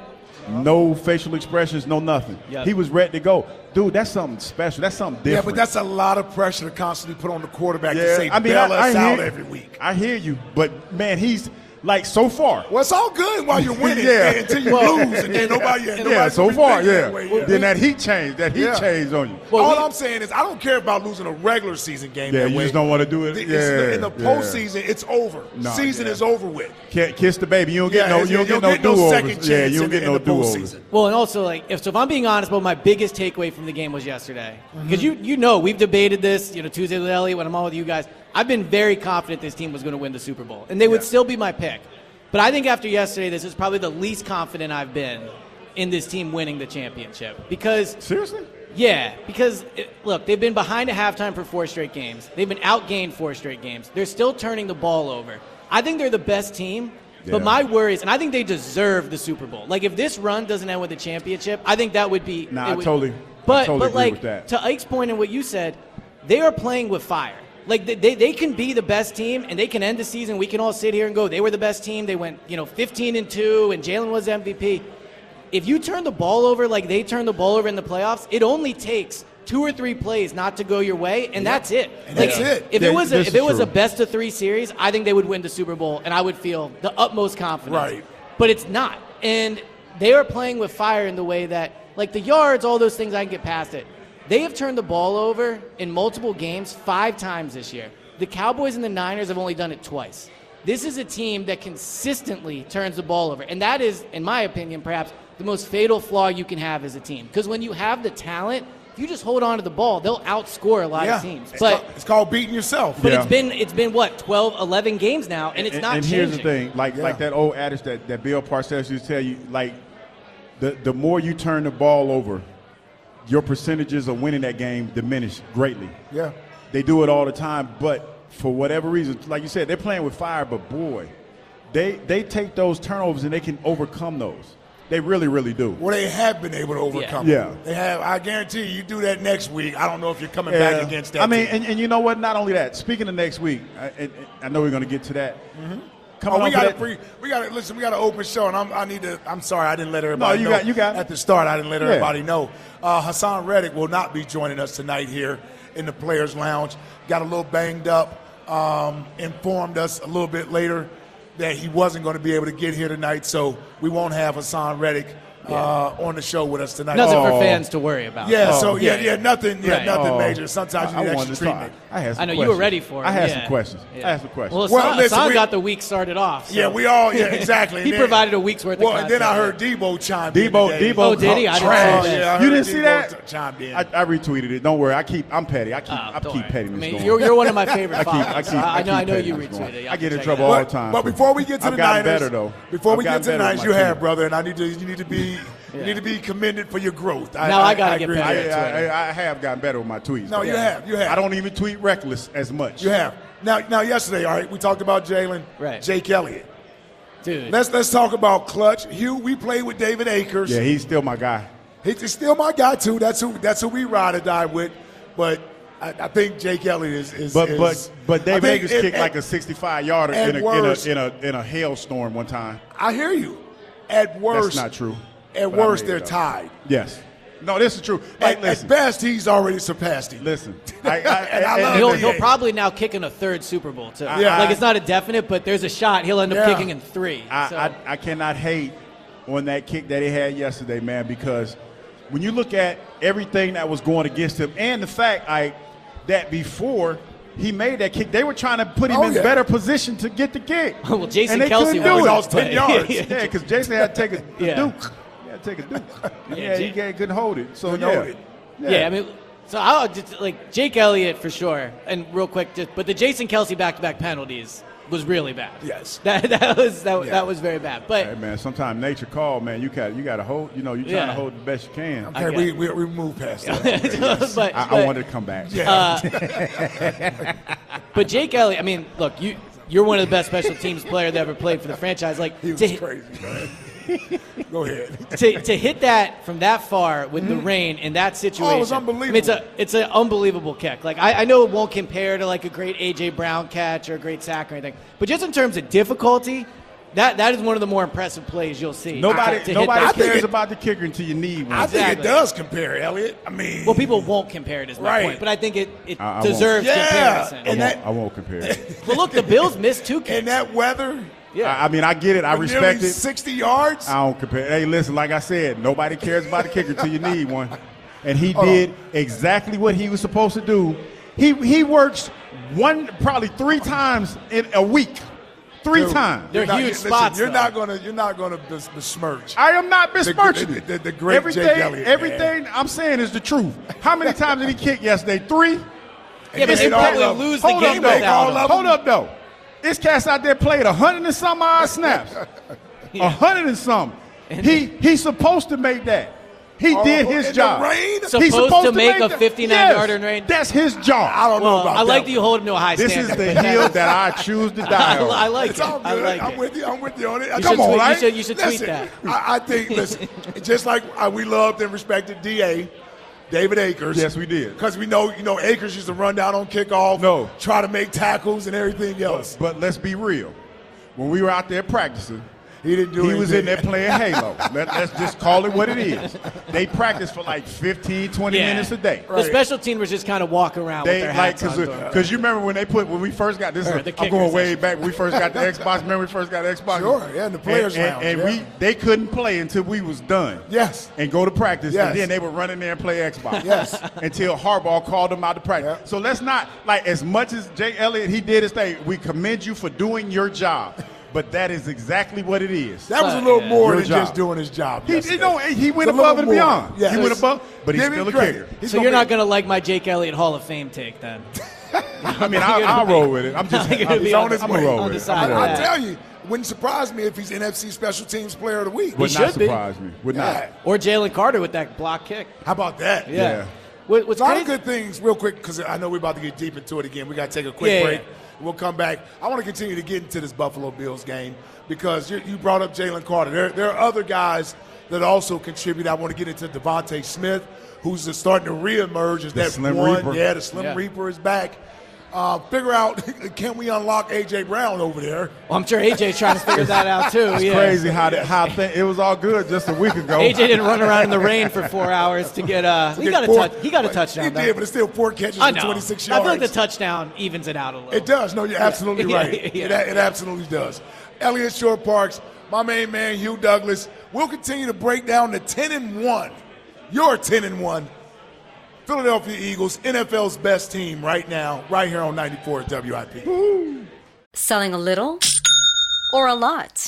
[SPEAKER 4] no facial expressions, no nothing.
[SPEAKER 5] Yep.
[SPEAKER 4] He was ready to go, dude. That's something special. That's something
[SPEAKER 3] Yeah,
[SPEAKER 4] different.
[SPEAKER 3] but that's a lot of pressure to constantly put on the quarterback to say bail us out every week.
[SPEAKER 4] I hear you, but man, he's like so far.
[SPEAKER 3] Well, it's all good while you're winning
[SPEAKER 4] Yeah.
[SPEAKER 3] yeah. until you lose, and then nobody.
[SPEAKER 4] yeah,
[SPEAKER 3] nobody
[SPEAKER 4] so
[SPEAKER 3] really
[SPEAKER 4] far,
[SPEAKER 3] think
[SPEAKER 4] yeah.
[SPEAKER 3] that way,
[SPEAKER 4] Then that heat change, that heat
[SPEAKER 3] Yeah.
[SPEAKER 4] change on you.
[SPEAKER 5] Well,
[SPEAKER 3] all
[SPEAKER 5] we-
[SPEAKER 3] I'm saying is I don't care about losing a regular season game.
[SPEAKER 4] Yeah,
[SPEAKER 3] that
[SPEAKER 4] you
[SPEAKER 3] way.
[SPEAKER 4] just don't wanna do it.
[SPEAKER 3] It's
[SPEAKER 4] Yeah,
[SPEAKER 3] the- in the
[SPEAKER 4] yeah.
[SPEAKER 3] postseason, it's over.
[SPEAKER 4] Nah,
[SPEAKER 3] season
[SPEAKER 4] yeah.
[SPEAKER 3] is over with.
[SPEAKER 4] Can't kiss the baby. You don't
[SPEAKER 3] Yeah,
[SPEAKER 4] get no.
[SPEAKER 3] it's-
[SPEAKER 4] You don't
[SPEAKER 3] you'll
[SPEAKER 4] get no
[SPEAKER 3] get no
[SPEAKER 4] do
[SPEAKER 3] second
[SPEAKER 4] overs. Yeah,
[SPEAKER 3] chance
[SPEAKER 4] you don't
[SPEAKER 3] in
[SPEAKER 4] get
[SPEAKER 3] the-
[SPEAKER 4] no
[SPEAKER 3] in the
[SPEAKER 4] do overs.
[SPEAKER 3] postseason.
[SPEAKER 5] Well, and also like if so, if I'm being honest, but my biggest takeaway from the game was yesterday
[SPEAKER 4] Mm-hmm.
[SPEAKER 5] because you you know we've debated this you know Tuesday with Elliot when I'm on with you guys. I've been very confident this team was going to win the Super Bowl and they would still be my pick, but I think after yesterday, this is probably the least confident I've been in this team winning the championship because
[SPEAKER 4] Seriously?
[SPEAKER 5] Yeah, because it, look, they've been behind at halftime for four straight games. They've been outgained four straight games. They're still turning the ball over. I think they're the best team. But
[SPEAKER 4] Yeah.
[SPEAKER 5] my worry is, and I think they deserve the Super Bowl. Like, if this run doesn't end with a championship, I think that would be.
[SPEAKER 4] Nah,
[SPEAKER 5] it
[SPEAKER 4] I
[SPEAKER 5] would-
[SPEAKER 4] totally- I
[SPEAKER 5] But
[SPEAKER 4] totally
[SPEAKER 5] but
[SPEAKER 4] agree
[SPEAKER 5] like
[SPEAKER 4] with that.
[SPEAKER 5] to Ike's point and what you said, they are playing with fire. Like they, they, they can be the best team and they can end the season. We can all sit here and go, they were the best team. They went, you know, 15 and two, and Jalen was MVP. If you turn the ball over like they turned the ball over in the playoffs, it only takes two or three plays not to go your way, and that's it.
[SPEAKER 3] And that's it.
[SPEAKER 5] If
[SPEAKER 4] Yeah,
[SPEAKER 5] it was a,
[SPEAKER 4] this
[SPEAKER 5] if
[SPEAKER 4] is
[SPEAKER 5] it was a
[SPEAKER 4] true.
[SPEAKER 5] best of three series, I think they would win the Super Bowl, and I would feel the utmost confidence.
[SPEAKER 3] Right.
[SPEAKER 5] But it's not, and they are playing with fire in the way that, like the yards, all those things, I can get past it. They have turned the ball over in multiple games five times this year. The Cowboys and the Niners have only done it twice. This is a team that consistently turns the ball over, and that is, in my opinion, perhaps the most fatal flaw you can have as a team. Because when you have the talent, if you just hold on to the ball, they'll outscore a lot
[SPEAKER 3] yeah.
[SPEAKER 5] of teams.
[SPEAKER 3] It's,
[SPEAKER 5] But
[SPEAKER 3] called, it's called beating yourself.
[SPEAKER 5] but
[SPEAKER 4] Yeah.
[SPEAKER 5] it's been it's been what 12, 11 games now, and it's
[SPEAKER 4] and,
[SPEAKER 5] not
[SPEAKER 4] and
[SPEAKER 5] changing.
[SPEAKER 4] here's the thing, like
[SPEAKER 3] Yeah.
[SPEAKER 4] like that old adage that, that Bill Parcells used to tell you, like the the more you turn the ball over, your percentages of winning that game diminish greatly.
[SPEAKER 3] Yeah.
[SPEAKER 4] They do it all the time, but for whatever reason, like you said, they're playing with fire, but boy, they they take those turnovers and they can overcome those. They really, really do.
[SPEAKER 3] Well, they have been able to overcome. it.
[SPEAKER 4] Yeah.
[SPEAKER 3] They have. I guarantee you, you do that next week. I don't know if you're coming back
[SPEAKER 4] Yeah.
[SPEAKER 3] against that.
[SPEAKER 4] I mean,
[SPEAKER 3] team.
[SPEAKER 4] and, and you know what? Not only that. Speaking of next week, I, and, and I know we're going to get to that. Coming
[SPEAKER 3] Oh, we
[SPEAKER 4] off of
[SPEAKER 3] got a
[SPEAKER 4] that-
[SPEAKER 3] free. We got to listen. We got an open show, and I'm, I need to. I'm sorry, I didn't let everybody.
[SPEAKER 4] you
[SPEAKER 3] know
[SPEAKER 4] got- you got-
[SPEAKER 3] At the start, I didn't let
[SPEAKER 4] Yeah.
[SPEAKER 3] everybody know. Uh, Hassan Reddick will not be joining us tonight here in the Players Lounge. Got a little banged up. Um, informed us a little bit later that he wasn't going to be able to get here tonight, so we won't have Hassan Reddick uh, on the show with us tonight.
[SPEAKER 5] Nothing for fans to worry about.
[SPEAKER 3] Yeah. so yeah,
[SPEAKER 5] yeah.
[SPEAKER 3] yeah, nothing. Yeah,
[SPEAKER 5] Right.
[SPEAKER 3] nothing
[SPEAKER 4] Oh,
[SPEAKER 3] major. Sometimes you
[SPEAKER 4] I
[SPEAKER 3] need
[SPEAKER 4] wanted
[SPEAKER 3] extra
[SPEAKER 4] to start.
[SPEAKER 3] treatment.
[SPEAKER 4] I had some
[SPEAKER 5] I know you
[SPEAKER 4] questions.
[SPEAKER 5] were ready for it.
[SPEAKER 4] I had
[SPEAKER 5] yeah.
[SPEAKER 4] some questions.
[SPEAKER 5] Yeah.
[SPEAKER 4] I had some questions.
[SPEAKER 5] Well,
[SPEAKER 3] Well,
[SPEAKER 5] Hassan,
[SPEAKER 3] listen,
[SPEAKER 5] Hassan
[SPEAKER 3] we-
[SPEAKER 5] got the week started off. so-
[SPEAKER 3] Yeah, we all. Yeah, exactly.
[SPEAKER 5] he
[SPEAKER 3] And then-
[SPEAKER 5] provided a week's worth
[SPEAKER 3] Well,
[SPEAKER 5] of
[SPEAKER 3] and then I heard
[SPEAKER 5] content.
[SPEAKER 3] Debo chime
[SPEAKER 4] Debo,
[SPEAKER 3] in. today.
[SPEAKER 4] Debo,
[SPEAKER 5] Oh, did he? I didn't see
[SPEAKER 4] talked trash.
[SPEAKER 5] that.
[SPEAKER 3] Yeah, I heard
[SPEAKER 4] you didn't see
[SPEAKER 3] Debo
[SPEAKER 4] that?
[SPEAKER 3] t- chimed in.
[SPEAKER 4] I, I retweeted it. Don't worry. I keep. I'm petty. I keep.
[SPEAKER 5] Oh,
[SPEAKER 4] I
[SPEAKER 5] don't worry.
[SPEAKER 4] keep
[SPEAKER 5] I
[SPEAKER 4] pettiness
[SPEAKER 5] mean,
[SPEAKER 4] going.
[SPEAKER 5] you're, you're one of my favorite
[SPEAKER 4] I keep.
[SPEAKER 5] followers.
[SPEAKER 4] I keep.
[SPEAKER 5] I know. I
[SPEAKER 4] keep
[SPEAKER 5] know you
[SPEAKER 4] pettiness going.
[SPEAKER 5] retweeted. Y'all
[SPEAKER 4] I get
[SPEAKER 5] can
[SPEAKER 4] in
[SPEAKER 5] check
[SPEAKER 4] trouble
[SPEAKER 5] it out.
[SPEAKER 4] all the
[SPEAKER 3] But-
[SPEAKER 4] time.
[SPEAKER 3] But
[SPEAKER 4] so
[SPEAKER 3] before we get to
[SPEAKER 4] I've
[SPEAKER 3] the
[SPEAKER 4] gotten
[SPEAKER 3] Niners,
[SPEAKER 4] better though.
[SPEAKER 3] before
[SPEAKER 4] I've
[SPEAKER 3] we
[SPEAKER 4] gotten
[SPEAKER 3] get to the
[SPEAKER 4] better with
[SPEAKER 3] Niners,
[SPEAKER 4] my
[SPEAKER 3] you have,
[SPEAKER 4] team.
[SPEAKER 3] brother, and I need to you need to be you need to be commended for your growth. I,
[SPEAKER 5] Now I gotta get
[SPEAKER 3] agree with
[SPEAKER 5] better.
[SPEAKER 3] that.
[SPEAKER 5] Yeah,
[SPEAKER 4] I, I, I have gotten better with my tweets.
[SPEAKER 3] No,
[SPEAKER 4] though.
[SPEAKER 3] you have, you have.
[SPEAKER 4] I don't even tweet reckless as much.
[SPEAKER 3] You have now. Now yesterday, all right, we talked about Jalen,
[SPEAKER 5] Right.
[SPEAKER 3] Jake Elliott.
[SPEAKER 5] Dude,
[SPEAKER 3] Let's let's talk about clutch. Hugh, we played with David Akers.
[SPEAKER 4] Yeah, he's still my guy.
[SPEAKER 3] He's still my guy too. That's who that's who we ride or die with. But I, I think Jake Elliott is. is
[SPEAKER 4] But
[SPEAKER 3] is-
[SPEAKER 4] but but
[SPEAKER 3] I
[SPEAKER 4] Dave
[SPEAKER 3] think
[SPEAKER 4] Akers
[SPEAKER 3] it-
[SPEAKER 4] kicked
[SPEAKER 3] it-
[SPEAKER 4] like a 65 yarder
[SPEAKER 3] at
[SPEAKER 4] in a, in a
[SPEAKER 3] worst-
[SPEAKER 4] in a in a hailstorm one time.
[SPEAKER 3] I hear you. At worst,
[SPEAKER 4] That's not true.
[SPEAKER 3] At
[SPEAKER 4] But I
[SPEAKER 3] worst,
[SPEAKER 4] made it
[SPEAKER 3] they're
[SPEAKER 4] up.
[SPEAKER 3] tied.
[SPEAKER 4] Yes. No, this is true.
[SPEAKER 3] At,
[SPEAKER 4] Like,
[SPEAKER 3] at
[SPEAKER 4] listen,
[SPEAKER 3] best, he's already surpassed him.
[SPEAKER 4] listen. I, I,
[SPEAKER 3] And I love
[SPEAKER 5] he'll,
[SPEAKER 3] Yeah.
[SPEAKER 5] he'll probably now kick in a third Super Bowl too.
[SPEAKER 3] Yeah.
[SPEAKER 5] like it's not a definite, but there's a shot he'll end up
[SPEAKER 3] Yeah.
[SPEAKER 5] kicking in three.
[SPEAKER 4] I,
[SPEAKER 5] so.
[SPEAKER 4] I, I cannot hate on that kick that he had yesterday, man, because when you look at everything that was going against him and the fact I that before he made that kick, they were trying to put him
[SPEAKER 3] Oh,
[SPEAKER 4] in
[SPEAKER 3] yeah.
[SPEAKER 4] better position to get the kick.
[SPEAKER 5] Well, Jason
[SPEAKER 4] and they
[SPEAKER 5] Kelce
[SPEAKER 4] couldn't do
[SPEAKER 5] was
[SPEAKER 4] it.
[SPEAKER 5] lost 10
[SPEAKER 4] yards.
[SPEAKER 5] Yeah.
[SPEAKER 4] yeah, because Jason had to take a, a
[SPEAKER 5] Yeah.
[SPEAKER 4] duke. He had to take a duke. Yeah, he
[SPEAKER 5] Ja-
[SPEAKER 4] can't- couldn't hold it. So
[SPEAKER 3] Couldn't
[SPEAKER 4] yeah.
[SPEAKER 3] hold it.
[SPEAKER 5] Yeah. I mean, so I'll just like Jake Elliott for sure, and real quick, just but the Jason Kelsey back-to-back penalties was really bad.
[SPEAKER 3] Yes.
[SPEAKER 5] that that was that,
[SPEAKER 3] Yeah.
[SPEAKER 5] that was very bad. But
[SPEAKER 4] Hey man, sometimes nature call, man. You got you got to hold. You know, you're trying
[SPEAKER 5] Yeah.
[SPEAKER 4] to hold the best you can. I,
[SPEAKER 3] Okay,
[SPEAKER 5] get
[SPEAKER 3] we,
[SPEAKER 5] it.
[SPEAKER 3] we, we moved past that.
[SPEAKER 5] but,
[SPEAKER 4] I
[SPEAKER 5] but- Uh,
[SPEAKER 4] wanted to come back.
[SPEAKER 5] But Jake Elliott, I mean, look, you you're one of the best special teams player that ever played for the franchise. Like
[SPEAKER 3] He was
[SPEAKER 5] to, hit-
[SPEAKER 3] crazy, man. Go ahead.
[SPEAKER 5] to to hit that from that far with the rain in that situation.
[SPEAKER 3] unbelievable.
[SPEAKER 5] I mean, it's a it's an unbelievable kick. Like I, I know it won't compare to like a great AJ Brown catch or a great sack or anything, but just in terms of difficulty, that that is one of the more impressive plays you'll see.
[SPEAKER 4] Nobody,
[SPEAKER 5] to- to hit
[SPEAKER 4] nobody
[SPEAKER 5] that kick.
[SPEAKER 4] cares
[SPEAKER 3] it-
[SPEAKER 4] about the kicker until you need one.
[SPEAKER 3] I think it
[SPEAKER 5] Exactly.
[SPEAKER 3] does compare, Elliot. I mean,
[SPEAKER 5] Well, people won't compare it as my
[SPEAKER 3] Right.
[SPEAKER 5] point, but I think it, it
[SPEAKER 4] I- I won't.
[SPEAKER 5] deserves
[SPEAKER 3] Yeah,
[SPEAKER 5] comparison.
[SPEAKER 3] and
[SPEAKER 4] I, won't,
[SPEAKER 3] that-
[SPEAKER 4] I won't compare. It.
[SPEAKER 5] but look, the Bills missed two kicks.
[SPEAKER 3] in that weather,
[SPEAKER 4] I, I mean, I get it. I
[SPEAKER 3] with
[SPEAKER 4] respect
[SPEAKER 3] nearly
[SPEAKER 4] it.
[SPEAKER 3] 60 yards.
[SPEAKER 4] I don't compare. Hey, listen, like I said, nobody cares about the kicker until you need one, and he
[SPEAKER 3] Hold
[SPEAKER 4] did
[SPEAKER 3] on.
[SPEAKER 4] exactly what he was supposed to do. He he works one, probably three times in a week, three
[SPEAKER 3] Dude,
[SPEAKER 4] times.
[SPEAKER 5] They're
[SPEAKER 3] you're not-
[SPEAKER 5] huge
[SPEAKER 3] listen,
[SPEAKER 5] spots,
[SPEAKER 3] You're
[SPEAKER 5] though.
[SPEAKER 3] not gonna you're not gonna bes- besmirch.
[SPEAKER 4] I am not besmirching
[SPEAKER 3] the-
[SPEAKER 4] it.
[SPEAKER 3] the- the great Jake
[SPEAKER 4] everything,
[SPEAKER 3] Elliott, man.
[SPEAKER 4] everything I'm saying is the truth. How many times did he kick yesterday? Three.
[SPEAKER 5] yeah, but
[SPEAKER 3] It's
[SPEAKER 5] they
[SPEAKER 3] all
[SPEAKER 5] probably
[SPEAKER 3] of them.
[SPEAKER 5] lose the
[SPEAKER 3] Hold
[SPEAKER 5] game
[SPEAKER 3] up, though.
[SPEAKER 5] without
[SPEAKER 3] All
[SPEAKER 5] him.
[SPEAKER 3] of them.
[SPEAKER 4] Hold up though. This cat's out there played a hundred and some odd snaps. A hundred and some. He he's supposed to make that. He
[SPEAKER 3] Oh,
[SPEAKER 4] did his
[SPEAKER 3] in the
[SPEAKER 4] job.
[SPEAKER 3] rain?
[SPEAKER 4] He's
[SPEAKER 5] Supposed to make a
[SPEAKER 4] that.
[SPEAKER 5] 59
[SPEAKER 4] Yes,
[SPEAKER 5] yarder in rain?
[SPEAKER 4] That's his job.
[SPEAKER 3] I don't know
[SPEAKER 5] Well,
[SPEAKER 3] about
[SPEAKER 5] I like
[SPEAKER 3] that
[SPEAKER 5] that you hold him to a high
[SPEAKER 4] This is
[SPEAKER 5] standard.
[SPEAKER 4] the
[SPEAKER 5] but
[SPEAKER 4] hill
[SPEAKER 5] that's-
[SPEAKER 4] that I choose to die
[SPEAKER 5] I,
[SPEAKER 4] on.
[SPEAKER 5] I like
[SPEAKER 3] It's
[SPEAKER 5] it.
[SPEAKER 3] all
[SPEAKER 5] I
[SPEAKER 3] good.
[SPEAKER 5] like
[SPEAKER 3] I'm
[SPEAKER 5] it.
[SPEAKER 3] with you. I'm with you on it.
[SPEAKER 5] You
[SPEAKER 3] Come
[SPEAKER 5] should
[SPEAKER 3] on,
[SPEAKER 5] tweet- you
[SPEAKER 3] right?
[SPEAKER 5] should- you should tweet
[SPEAKER 3] Listen,
[SPEAKER 5] that.
[SPEAKER 3] I, I think, listen, just like uh, we loved and respected DA, David Akers.
[SPEAKER 4] Yes, we did.
[SPEAKER 3] Because we know, you know, Akers used to run down on kickoff,
[SPEAKER 4] No.
[SPEAKER 3] try to make tackles and everything else.
[SPEAKER 4] But let's be real. When we were out there practicing,
[SPEAKER 3] He didn't do
[SPEAKER 4] He
[SPEAKER 3] anything.
[SPEAKER 4] was in there playing Halo. Let, let's just call it what it is. They practice for like 15, 20
[SPEAKER 5] Yeah.
[SPEAKER 4] minutes a day.
[SPEAKER 5] The special teamers just kind of walk around with
[SPEAKER 4] They
[SPEAKER 5] their
[SPEAKER 4] like
[SPEAKER 5] hats on.
[SPEAKER 4] because you remember when they put when we first got this.
[SPEAKER 5] Or
[SPEAKER 4] Is,
[SPEAKER 5] the
[SPEAKER 4] I'm going
[SPEAKER 5] kickers,
[SPEAKER 4] way
[SPEAKER 5] actually.
[SPEAKER 4] back. When we first got the Xbox. Remember we first got the Xbox.
[SPEAKER 3] Sure, yeah, in the players'
[SPEAKER 4] and,
[SPEAKER 3] lounge,
[SPEAKER 4] And,
[SPEAKER 3] yeah.
[SPEAKER 4] and we they couldn't play until we was done.
[SPEAKER 3] Yes.
[SPEAKER 4] And go to practice,
[SPEAKER 3] Yes.
[SPEAKER 4] and then they would run in there and play Xbox.
[SPEAKER 3] Yes.
[SPEAKER 4] Until Harbaugh called them out to practice.
[SPEAKER 3] Yeah.
[SPEAKER 4] So let's not like as much as Jay Elliott he did his thing. We commend you for doing your job, but that is exactly what it is.
[SPEAKER 3] That was a little more
[SPEAKER 4] Your
[SPEAKER 3] than
[SPEAKER 4] job.
[SPEAKER 3] just doing his job.
[SPEAKER 4] He,
[SPEAKER 3] yesterday.
[SPEAKER 4] you know, he went
[SPEAKER 3] It's a little
[SPEAKER 4] above and
[SPEAKER 3] more.
[SPEAKER 4] beyond.
[SPEAKER 3] Yes.
[SPEAKER 4] He went above, but he's
[SPEAKER 3] Give him
[SPEAKER 4] still a
[SPEAKER 3] credit.
[SPEAKER 4] kicker.
[SPEAKER 3] He's
[SPEAKER 5] so you're not
[SPEAKER 3] be-
[SPEAKER 5] going to like my Jake Elliott Hall of Fame take then.
[SPEAKER 4] I mean, I, I'll roll with it. I'm just,
[SPEAKER 5] You're
[SPEAKER 4] I'm,
[SPEAKER 5] gonna be on
[SPEAKER 4] I'm,
[SPEAKER 5] the-
[SPEAKER 4] I'm gonna roll
[SPEAKER 5] on
[SPEAKER 4] with
[SPEAKER 5] the
[SPEAKER 4] it.
[SPEAKER 5] side
[SPEAKER 4] I'm
[SPEAKER 5] of
[SPEAKER 4] gonna roll
[SPEAKER 3] I
[SPEAKER 5] that.
[SPEAKER 4] with it.
[SPEAKER 3] tell you, wouldn't surprise me if he's NFC Special Teams Player of the Week.
[SPEAKER 4] Would
[SPEAKER 5] He
[SPEAKER 4] not
[SPEAKER 5] should be.
[SPEAKER 4] surprise me. Would not.
[SPEAKER 3] Yeah.
[SPEAKER 5] Or Jalen Carter with that block kick.
[SPEAKER 3] How about that?
[SPEAKER 5] Yeah.
[SPEAKER 4] Yeah.
[SPEAKER 5] What, what's
[SPEAKER 3] a lot
[SPEAKER 5] crazy,
[SPEAKER 3] of good things, real quick, because I know we're about to get deep into it again. We got to take a quick
[SPEAKER 5] Yeah,
[SPEAKER 3] break.
[SPEAKER 5] yeah.
[SPEAKER 3] We'll come back. I want to continue to get into this Buffalo Bills game because you, you brought up Jalen Carter. There, there are other guys that also contribute. I want to get into Devontae Smith, who's just starting to reemerge as
[SPEAKER 4] The
[SPEAKER 3] that
[SPEAKER 4] Slim
[SPEAKER 3] one.
[SPEAKER 4] Reaper.
[SPEAKER 3] Yeah, the Slim
[SPEAKER 5] Yeah.
[SPEAKER 3] Reaper is back. Uh, figure out can we unlock AJ Brown over there?
[SPEAKER 5] Well, Oh, I'm sure AJ's trying to figure that out too.
[SPEAKER 4] It's
[SPEAKER 5] yeah.
[SPEAKER 4] crazy how that how thing, it was all good just a week ago.
[SPEAKER 5] AJ didn't run around in the rain for four hours to get uh, he
[SPEAKER 3] Get
[SPEAKER 5] got a
[SPEAKER 3] four-
[SPEAKER 5] touch. He got a touchdown.
[SPEAKER 3] He
[SPEAKER 5] though.
[SPEAKER 3] did, but it's still four catches
[SPEAKER 5] I
[SPEAKER 3] for
[SPEAKER 5] know.
[SPEAKER 3] 26
[SPEAKER 5] I
[SPEAKER 3] yards.
[SPEAKER 5] feel like the touchdown evens it out a little.
[SPEAKER 3] It does. No, you're absolutely
[SPEAKER 5] Yeah,
[SPEAKER 3] right.
[SPEAKER 5] yeah, yeah.
[SPEAKER 3] It, it absolutely does. Elliot Shore Parks, my main man Hugh Douglas. We'll continue to break down the ten and one. Your ten and one. Philadelphia Eagles, NFL's best team right now, right here on 94 WIP.
[SPEAKER 6] Selling a little or a lot?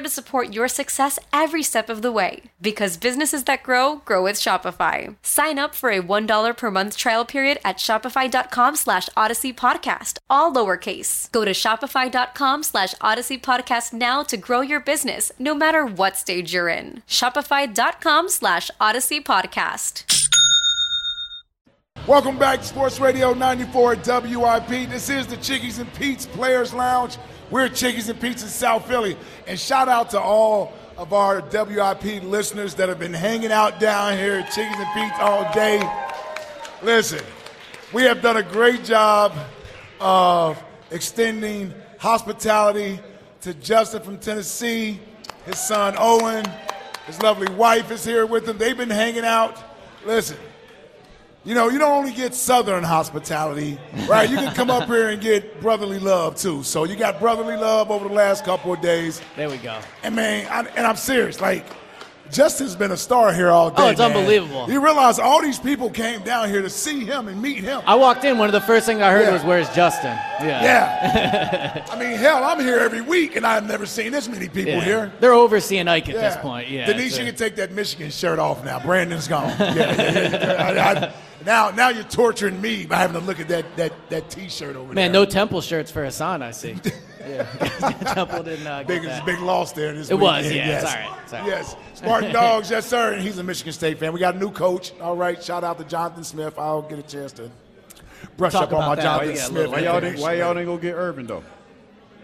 [SPEAKER 6] to support your success every step of the way. Because businesses that grow, grow with Shopify. Sign up for a $1 per month trial period at shopify.com slash odyssey podcast, all lowercase. Go to shopify.com slash odyssey podcast now to grow your business, no matter what stage you're in. Shopify.com slash odyssey podcast.
[SPEAKER 3] Welcome back to Sports Radio 94 WIP. This is the Chickies and Pete's Players Lounge. We're Chickies and Pete's in South Philly. And shout out to all of our WIP listeners that have been hanging out down here at Chickies and Pete's all day. Listen, we have done a great job of extending hospitality to Justin from Tennessee, his son Owen, his lovely wife is here with him. They've been hanging out. Listen, you know, you don't only get Southern hospitality, right? You can come up here and get brotherly love too. So you got brotherly love over the last couple of days,
[SPEAKER 5] There we go.
[SPEAKER 3] and man, I, and I'm serious. Like, Justin's been a star here all day.
[SPEAKER 5] Oh, it's
[SPEAKER 3] man.
[SPEAKER 5] unbelievable.
[SPEAKER 3] You realize all these people came down here to see him and meet him.
[SPEAKER 5] I walked in. One of the first things I heard
[SPEAKER 3] Yeah.
[SPEAKER 5] was, "Where's Justin?" Oh, Yeah.
[SPEAKER 3] yeah. I mean, hell, I'm here every week, and I've never seen this many people
[SPEAKER 5] Yeah.
[SPEAKER 3] here.
[SPEAKER 5] They're overseeing Ike at this point. Yeah.
[SPEAKER 3] Denise,
[SPEAKER 5] it's
[SPEAKER 3] you
[SPEAKER 5] a-
[SPEAKER 3] can take that Michigan shirt off now. Brandon's gone. Yeah, yeah, yeah. I- I- now, now you're torturing me by having to look at that that that T-shirt over
[SPEAKER 5] Man,
[SPEAKER 3] there.
[SPEAKER 5] no temple shirts for Hassan. I see. yeah. temple didn't uh, get
[SPEAKER 3] Big,
[SPEAKER 5] that.
[SPEAKER 3] big loss there this
[SPEAKER 5] It was,
[SPEAKER 3] weekend,
[SPEAKER 5] yeah,
[SPEAKER 3] Yes.
[SPEAKER 5] it's all right, it's all right.
[SPEAKER 3] Yes. Spartan Dogs, yes, sir. And he's a Michigan State fan. We got a new coach. All right. Shout out to Jonathan Smith. I'll get a chance to brush up
[SPEAKER 5] Talk
[SPEAKER 3] on
[SPEAKER 5] about
[SPEAKER 3] my
[SPEAKER 5] that.
[SPEAKER 3] Jonathan
[SPEAKER 5] Why y'all-
[SPEAKER 3] Smith.
[SPEAKER 4] Why y'all didn't Why y'all didn't go get Urban though?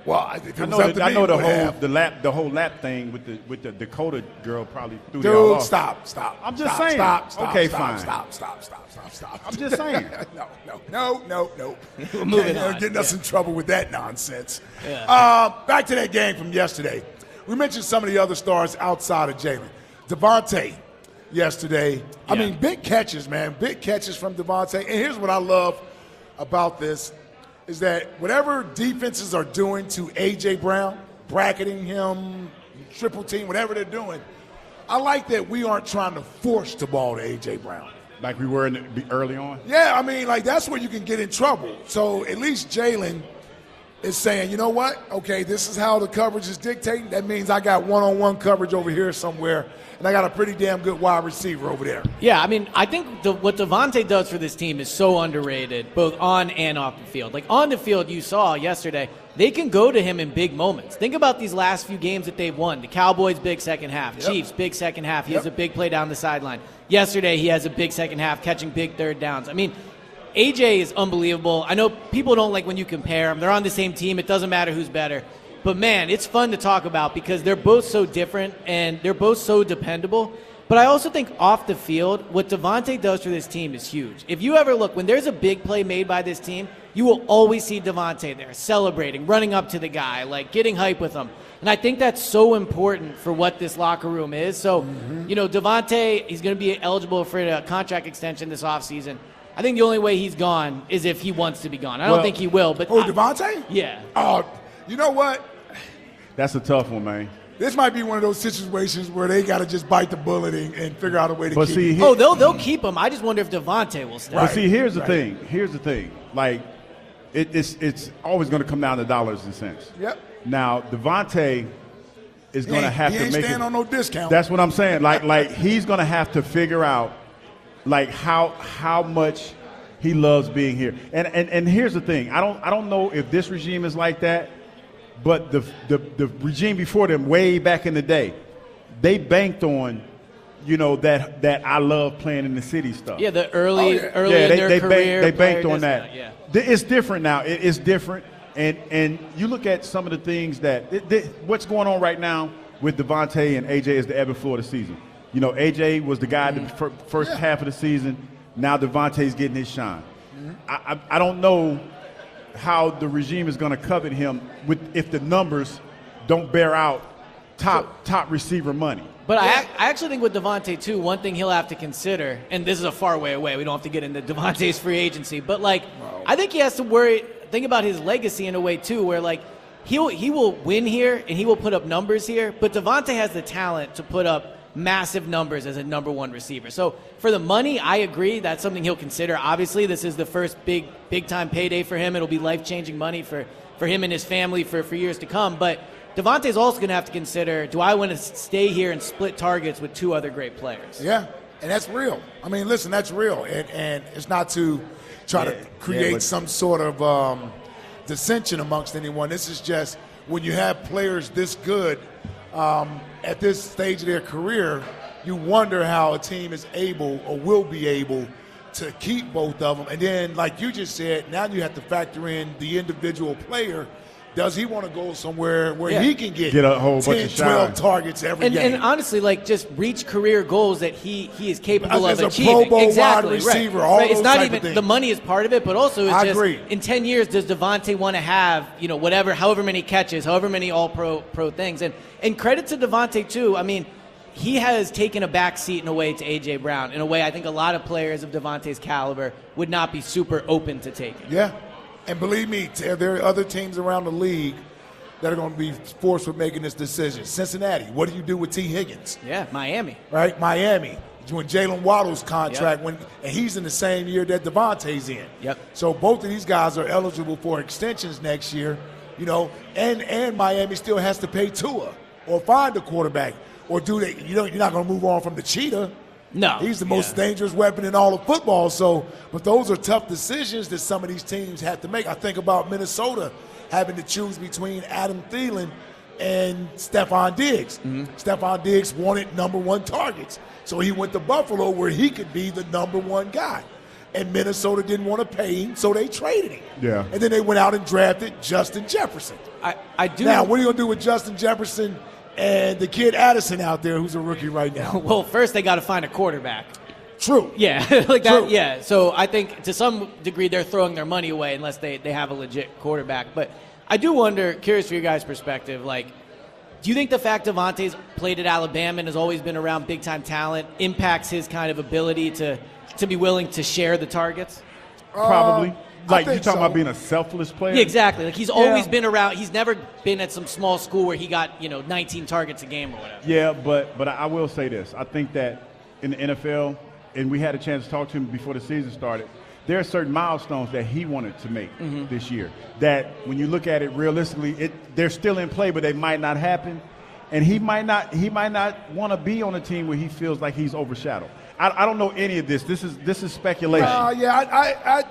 [SPEAKER 3] Well, I, if it
[SPEAKER 4] I
[SPEAKER 3] was
[SPEAKER 4] know,
[SPEAKER 3] up
[SPEAKER 4] the,
[SPEAKER 3] to
[SPEAKER 4] I
[SPEAKER 3] me,
[SPEAKER 4] know the
[SPEAKER 3] we
[SPEAKER 4] whole
[SPEAKER 3] would have.
[SPEAKER 4] the lap the whole lap thing with the with the Dakota girl probably threw y'all
[SPEAKER 3] Dude,
[SPEAKER 4] off.
[SPEAKER 3] stop, stop.
[SPEAKER 4] I'm just
[SPEAKER 3] stop,
[SPEAKER 4] saying.
[SPEAKER 3] Stop, stop,
[SPEAKER 4] Okay,
[SPEAKER 3] stop,
[SPEAKER 4] fine.
[SPEAKER 3] Stop, stop, stop, stop, stop.
[SPEAKER 4] I'm just saying.
[SPEAKER 3] no, no, no, no, no.
[SPEAKER 5] We're moving
[SPEAKER 3] You're
[SPEAKER 5] on,
[SPEAKER 3] Getting us
[SPEAKER 5] yeah.
[SPEAKER 3] in trouble with that nonsense. Uh, back to that game from yesterday. We mentioned some of the other stars outside of Jalen. Devontae yesterday. I
[SPEAKER 5] Yeah.
[SPEAKER 3] mean, big catches, man. Big catches from Devontae. And here's what I love about this is that whatever defenses are doing to A.J. Brown – bracketing him, triple team, whatever they're doing. I like that we aren't trying to force the ball to A.J. Brown.
[SPEAKER 4] Like we were in the, early on.
[SPEAKER 3] Yeah, I mean, like that's where you can get in trouble. So at least Jalen is saying, you know what? Okay, this is how the coverage is dictating. That means I got one-on-one coverage over here somewhere, and I got a pretty damn good wide receiver over there.
[SPEAKER 5] Yeah, I mean, I think the, what Devontae does for this team is so underrated, both on and off the field. Like on the field, you saw yesterday, they can go to him in big moments. Think about these last few games that they've won. The Cowboys, big second half. Chiefs, big second half. He has a big play down the sideline. Yesterday, he has a big second half, catching big third downs. I mean, AJ is unbelievable. I know people don't like when you compare them. They're on the same team. It doesn't matter who's better. But man, it's fun to talk about because they're both so different and they're both so dependable. But I also think off the field, what Devontae does for this team is huge. If you ever look, when there's a big play made by this team, you will always see Devontae there celebrating, running up to the guy, like getting hype with him. And I think that's so important for what this locker room is. So,
[SPEAKER 4] Mm-hmm.
[SPEAKER 5] you know, Devontae, he's going to be eligible for a contract extension this offseason. I think the only way he's gone is if he wants to be gone. I don't
[SPEAKER 4] Well-
[SPEAKER 5] think he will, but
[SPEAKER 3] Oh,
[SPEAKER 5] I-
[SPEAKER 3] Devontae?
[SPEAKER 5] Yeah.
[SPEAKER 3] Oh, you know what?
[SPEAKER 4] That's a tough one, man.
[SPEAKER 3] This might be one of those situations where they got to just bite the bullet and, and figure out a way to
[SPEAKER 4] But
[SPEAKER 3] keep
[SPEAKER 4] see,
[SPEAKER 3] him.
[SPEAKER 4] he-
[SPEAKER 5] Oh, they'll they'll keep him. I just wonder if Devontae will stay.
[SPEAKER 3] Right.
[SPEAKER 4] But see, here's the
[SPEAKER 3] right.
[SPEAKER 4] thing. Here's the thing. Like, it, it's it's always going to come down to dollars and cents.
[SPEAKER 3] Yep.
[SPEAKER 4] Now, Devontae is
[SPEAKER 3] He
[SPEAKER 4] going to
[SPEAKER 3] ain't-
[SPEAKER 4] have
[SPEAKER 3] he
[SPEAKER 4] to
[SPEAKER 3] ain't
[SPEAKER 4] make
[SPEAKER 3] stand
[SPEAKER 4] it.
[SPEAKER 3] on no discount.
[SPEAKER 4] That's what I'm saying. Like, like he's going to have to figure out, like how how much he loves being here. And and and here's the thing. I don't I don't know if this regime is like that, but the the, the regime before them, way back in the day, they banked on. You know that that I love playing in the city stuff
[SPEAKER 5] Yeah, the early
[SPEAKER 3] Oh, yeah.
[SPEAKER 5] early in their
[SPEAKER 4] they,
[SPEAKER 5] career.
[SPEAKER 4] Banked, they banked
[SPEAKER 5] player does
[SPEAKER 4] on that.
[SPEAKER 5] Yeah.
[SPEAKER 4] Th- It's different now. It- it's different. And and you look at some of the things that th- th- what's going on right now with Devontae and AJ is the ebb and flow of the season. You know, AJ was the guy
[SPEAKER 5] Mm.
[SPEAKER 4] the fir- first half of the season. Now Devontae's getting his shine.
[SPEAKER 5] Mm-hmm.
[SPEAKER 4] I, I I don't know how the regime is going to covet him with if the numbers don't bear out top top receiver money.
[SPEAKER 5] But I, ac- I actually think with Devontae, too, one thing he'll have to consider, and this is a far way away, we don't have to get into Devontae's free agency, but like, I think he has to worry, think about his legacy in a way, too, where like, he'll, he will win here and he will put up numbers here, but Devontae has the talent to put up massive numbers as a number one receiver. So for the money, I agree that's something he'll consider. Obviously, this is the first big, big time payday for him. It'll be life changing money for, for him and his family for, for years to come, but Devontae's also going to have to consider do I want to stay here and split targets with two other great players?
[SPEAKER 3] Yeah, and that's real. I mean, listen, that's real, and and it's not to try
[SPEAKER 4] Yeah,
[SPEAKER 3] to
[SPEAKER 4] yeah,
[SPEAKER 3] create
[SPEAKER 4] but-
[SPEAKER 3] some sort of um, dissension amongst anyone. This is just when you have players this good um, at this stage of their career, you wonder how a team is able or will be able to keep both of them. And then, like you just said, now you have to factor in the individual player. Does he want to go somewhere where
[SPEAKER 5] Yeah.
[SPEAKER 3] he can get,
[SPEAKER 4] Get a whole bunch
[SPEAKER 3] 10,
[SPEAKER 4] of
[SPEAKER 3] 12
[SPEAKER 4] shine.
[SPEAKER 3] targets every
[SPEAKER 5] And,
[SPEAKER 3] game?
[SPEAKER 5] and honestly, like just reach career goals that he he is capable
[SPEAKER 3] As-
[SPEAKER 5] of
[SPEAKER 3] as a
[SPEAKER 5] achieving.
[SPEAKER 3] Pro Bowl wide
[SPEAKER 5] exactly, right.
[SPEAKER 3] receiver, all
[SPEAKER 5] right. It's
[SPEAKER 3] those
[SPEAKER 5] not
[SPEAKER 3] type of
[SPEAKER 5] even
[SPEAKER 3] things.
[SPEAKER 5] the money is part of it, but also it's
[SPEAKER 3] I
[SPEAKER 5] just
[SPEAKER 3] agree.
[SPEAKER 5] in ten years does Devontae want to have you know whatever, however many catches, however many All Pro Pro things, and and credit to Devontae too. I mean. He has taken a back seat in a way to AJ Brown, in a way I think a lot of players of Devontae's caliber would not be super open to taking.
[SPEAKER 3] Yeah. And believe me, t- there are other teams around the league that are going to be forced with making this decision. Cincinnati, what do you do with T. Higgins?
[SPEAKER 5] Yeah, Miami.
[SPEAKER 3] Right? Miami, when Jalen Waddle's contract, when and he's in the same year that Devontae's in.
[SPEAKER 5] Yep.
[SPEAKER 3] So both of these guys are eligible for extensions next year, you know, and and Miami still has to pay Tua or find a quarterback. Or do they you know you're not gonna move on from the cheetah.
[SPEAKER 5] No.
[SPEAKER 3] He's the most
[SPEAKER 5] Yeah.
[SPEAKER 3] dangerous weapon in all of football. So, but those are tough decisions that some of these teams have to make. I think about Minnesota having to choose between Adam Thielen and Stephon Diggs. Stephon Diggs wanted number one targets. So he went to Buffalo where he could be the number one guy. And Minnesota didn't want to pay him, so they traded him.
[SPEAKER 4] Yeah.
[SPEAKER 3] And then they went out and drafted Justin Jefferson.
[SPEAKER 5] I, I do.
[SPEAKER 3] Now, what are you going to do with Justin Jefferson and the kid Addison out there who's a rookie right now?
[SPEAKER 5] well, first they got to find a quarterback.
[SPEAKER 3] True.
[SPEAKER 5] Yeah, like that.
[SPEAKER 3] True.
[SPEAKER 5] Yeah. So I think to some degree they're throwing their money away unless they, they have a legit quarterback. But I do wonder, curious for your guys' perspective, like, do you think the fact Devontae's played at Alabama and has always been around big time talent impacts his kind of ability to to be willing to share the targets?
[SPEAKER 4] Probably. like you
[SPEAKER 3] think
[SPEAKER 4] talking
[SPEAKER 3] so.
[SPEAKER 4] about being a selfless player?
[SPEAKER 5] Yeah, exactly. Like he's always
[SPEAKER 4] Yeah.
[SPEAKER 5] been around. He's never been at some small school where he got you know 19 targets a game or whatever.
[SPEAKER 4] Yeah, but but I will say this. I think that in the NFL, and we had a chance to talk to him before the season started. There are certain milestones that he wanted to make this year. That when you look at it realistically, it they're still in play, but they might not happen. And he might not he might not want to be on a team where he feels like he's overshadowed. I, I don't know any of this. This is this is speculation.
[SPEAKER 3] Uh, yeah, I, I, I,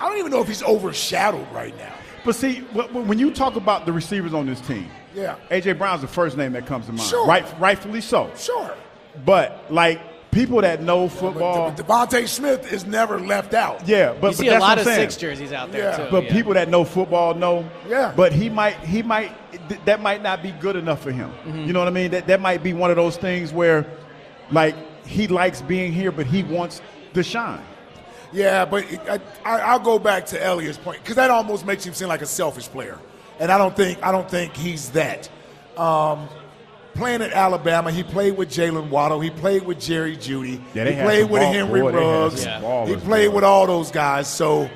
[SPEAKER 3] I don't even know if he's overshadowed right now.
[SPEAKER 4] But see, wh- wh- when you talk about the receivers on this team,
[SPEAKER 3] Yeah.
[SPEAKER 4] AJ Brown's the first name that comes to mind.
[SPEAKER 3] Sure.
[SPEAKER 4] Right, rightfully so.
[SPEAKER 3] Sure.
[SPEAKER 4] But like people that know football,
[SPEAKER 3] But Devontae Smith is never left out.
[SPEAKER 4] yeah. But
[SPEAKER 5] You see
[SPEAKER 4] but
[SPEAKER 5] a
[SPEAKER 4] that's
[SPEAKER 5] lot
[SPEAKER 4] what
[SPEAKER 5] of
[SPEAKER 4] I'm saying.
[SPEAKER 5] six jerseys out there
[SPEAKER 3] Yeah.
[SPEAKER 5] too.
[SPEAKER 4] But
[SPEAKER 5] yeah.
[SPEAKER 4] people that know football know.
[SPEAKER 3] Yeah.
[SPEAKER 4] But he might, he might, th- that might not be good enough for him.
[SPEAKER 5] Mm-hmm.
[SPEAKER 4] You know what I mean? That that might be one of those things where, like, he likes being here, but he wants the shine.
[SPEAKER 3] Yeah, but it, I, I, I'll go back to Elliott's point because that almost makes him seem like a selfish player, and I don't think I don't think he's that. Um, playing at Alabama, he played with Jalen Waddle, he played with Jerry Judy,
[SPEAKER 4] Yeah, they
[SPEAKER 3] he
[SPEAKER 4] had
[SPEAKER 3] played
[SPEAKER 4] some
[SPEAKER 3] with
[SPEAKER 4] ball-
[SPEAKER 3] Henry
[SPEAKER 4] boy, they had
[SPEAKER 3] Ruggs,
[SPEAKER 4] some Yeah. ballers,
[SPEAKER 3] he played
[SPEAKER 4] boy.
[SPEAKER 3] with all those guys. So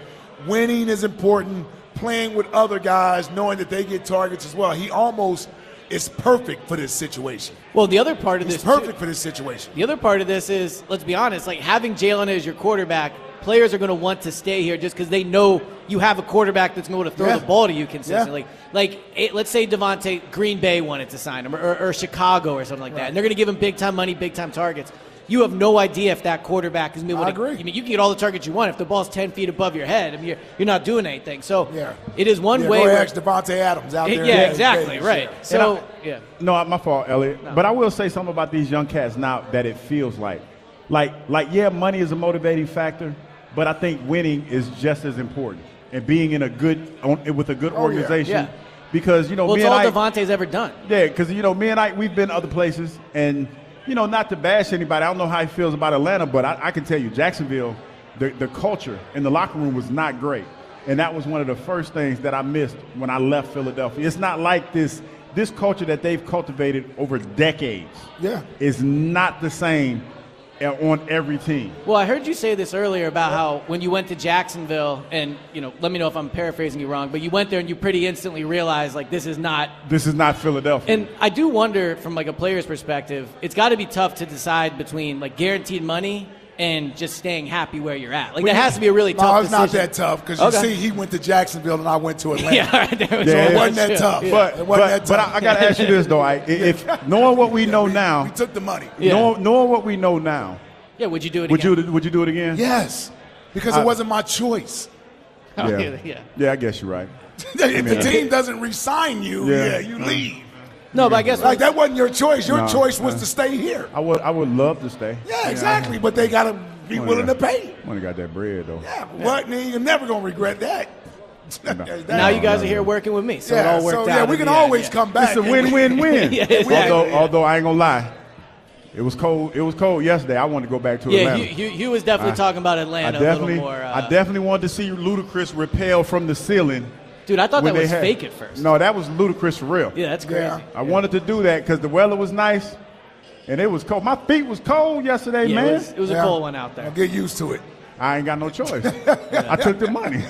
[SPEAKER 3] winning is important. Playing with other guys, knowing that they get targets as well. He almost is perfect for this situation.
[SPEAKER 5] well, the other part of
[SPEAKER 3] He's
[SPEAKER 5] this
[SPEAKER 3] perfect
[SPEAKER 5] Too,
[SPEAKER 3] for this situation.
[SPEAKER 5] the other part of this is let's be honest. Like having Jalen as your quarterback, players are going to want to stay here just because they know you have a quarterback that's going to throw
[SPEAKER 3] Yeah.
[SPEAKER 5] the ball to you consistently. Like it, let's say Devonte Green Bay wanted to sign him or, or, or Chicago or something like that, and they're going to give him big time money, big time targets. You have no idea if that quarterback is going to be able
[SPEAKER 3] I
[SPEAKER 5] to.
[SPEAKER 3] agree.
[SPEAKER 5] I mean, you can get all the targets you want if the ball's ten feet above your head. I mean, you're, you're not doing anything. So
[SPEAKER 3] Yeah.
[SPEAKER 5] it is one
[SPEAKER 3] yeah,
[SPEAKER 5] way.
[SPEAKER 3] Go
[SPEAKER 5] where-
[SPEAKER 3] ask Devontae Adams out there.
[SPEAKER 5] yeah,
[SPEAKER 3] in
[SPEAKER 5] exactly,
[SPEAKER 3] Vegas,
[SPEAKER 5] right.
[SPEAKER 3] yeah.
[SPEAKER 5] So
[SPEAKER 4] And I-
[SPEAKER 5] yeah.
[SPEAKER 4] No, I- my fault, Elliot. But I will say something about these young cats now that it feels like, like, like, yeah, money is a motivating factor, but I think winning is just as important and being in a good on, with a good
[SPEAKER 3] yeah,
[SPEAKER 4] organization.
[SPEAKER 5] Oh, yeah.
[SPEAKER 4] Because you know,
[SPEAKER 5] Well,
[SPEAKER 4] me
[SPEAKER 5] it's
[SPEAKER 4] and
[SPEAKER 5] all
[SPEAKER 4] I,
[SPEAKER 5] Devontae's ever done.
[SPEAKER 4] yeah, because you know, me and I, we've been other places, and you know, not to bash anybody, I don't know how he feels about Atlanta, but I, I can tell you, Jacksonville, the, the culture in the locker room was not great, and that was one of the first things that I missed when I left Philadelphia. It's not like this this culture that they've cultivated over decades.
[SPEAKER 3] Yeah.
[SPEAKER 4] is not the same uh, on every team.
[SPEAKER 5] Well, I heard you say this earlier about how when you went to Jacksonville, and you know, let me know if I'm paraphrasing you wrong, but you went there and you pretty instantly realized like this is not.
[SPEAKER 4] This is not Philadelphia.
[SPEAKER 5] And I do wonder from like a player's perspective, it's got to be tough to decide between like guaranteed money and just staying happy where you're at. Like that has to be a really tough.
[SPEAKER 3] No, it's not
[SPEAKER 5] decision.
[SPEAKER 3] that tough because
[SPEAKER 5] Okay.
[SPEAKER 3] you see, he went to Jacksonville and I went to Atlanta.
[SPEAKER 5] Yeah, all right, there was
[SPEAKER 4] Yeah,
[SPEAKER 5] one
[SPEAKER 4] it
[SPEAKER 3] wasn't that
[SPEAKER 5] show.
[SPEAKER 3] tough.
[SPEAKER 5] Yeah.
[SPEAKER 4] But,
[SPEAKER 3] It wasn't that
[SPEAKER 4] but, but
[SPEAKER 3] tough.
[SPEAKER 4] I, I got to ask you this though, I, if knowing what we
[SPEAKER 3] Yeah,
[SPEAKER 4] know now,
[SPEAKER 3] we took the money.
[SPEAKER 5] Yeah.
[SPEAKER 4] knowing, knowing what we know now,
[SPEAKER 5] Yeah, would you do it
[SPEAKER 4] Would
[SPEAKER 5] again?
[SPEAKER 4] you would you do it again?
[SPEAKER 3] Yes, because it wasn't my choice.
[SPEAKER 4] Yeah.
[SPEAKER 5] Oh, yeah.
[SPEAKER 4] Yeah, I guess you're right.
[SPEAKER 3] if the team doesn't resign you,
[SPEAKER 4] Yeah.
[SPEAKER 3] yeah, you leave.
[SPEAKER 5] No, but I guess
[SPEAKER 3] Like that wasn't your choice. Your
[SPEAKER 4] No,
[SPEAKER 3] choice was
[SPEAKER 4] uh,
[SPEAKER 3] to stay here.
[SPEAKER 4] I would I would love to stay.
[SPEAKER 3] Yeah, exactly. But they gotta be
[SPEAKER 4] Only
[SPEAKER 3] willing to
[SPEAKER 4] got-
[SPEAKER 3] pay.
[SPEAKER 4] Only got that bread though.
[SPEAKER 3] Yeah, what? man, You're never gonna regret that. That-
[SPEAKER 5] now you guys are here working with me, so it all worked
[SPEAKER 3] so,
[SPEAKER 5] out.
[SPEAKER 3] Yeah,
[SPEAKER 5] in
[SPEAKER 3] we
[SPEAKER 5] the
[SPEAKER 3] can
[SPEAKER 5] end,
[SPEAKER 3] always
[SPEAKER 5] yeah.
[SPEAKER 3] come back.
[SPEAKER 4] It's a
[SPEAKER 3] and
[SPEAKER 4] win
[SPEAKER 3] we-
[SPEAKER 4] win win.
[SPEAKER 5] Yeah, exactly.
[SPEAKER 4] Although although I ain't gonna lie, it was cold. It was cold yesterday. I wanted to go back to
[SPEAKER 5] Yeah,
[SPEAKER 4] Atlanta.
[SPEAKER 5] Hugh, Hugh, Hugh was definitely
[SPEAKER 4] I-
[SPEAKER 5] talking about
[SPEAKER 4] I
[SPEAKER 5] Atlanta a little
[SPEAKER 4] definitely,
[SPEAKER 5] more. Uh,
[SPEAKER 4] I definitely wanted to see Ludacris repel from the ceiling.
[SPEAKER 5] Dude, I thought
[SPEAKER 4] when
[SPEAKER 5] that
[SPEAKER 4] they
[SPEAKER 5] was
[SPEAKER 4] had-
[SPEAKER 5] fake at first.
[SPEAKER 4] No, that was Ludacris for real.
[SPEAKER 5] Yeah, that's crazy.
[SPEAKER 3] Yeah.
[SPEAKER 4] I wanted to do that because the weather was nice, and it was cold. My feet was cold yesterday,
[SPEAKER 5] Yeah,
[SPEAKER 4] man.
[SPEAKER 5] It was, it was
[SPEAKER 3] Yeah.
[SPEAKER 5] a cold one out there.
[SPEAKER 3] Now Get used to it.
[SPEAKER 4] I ain't got no choice. I took the money.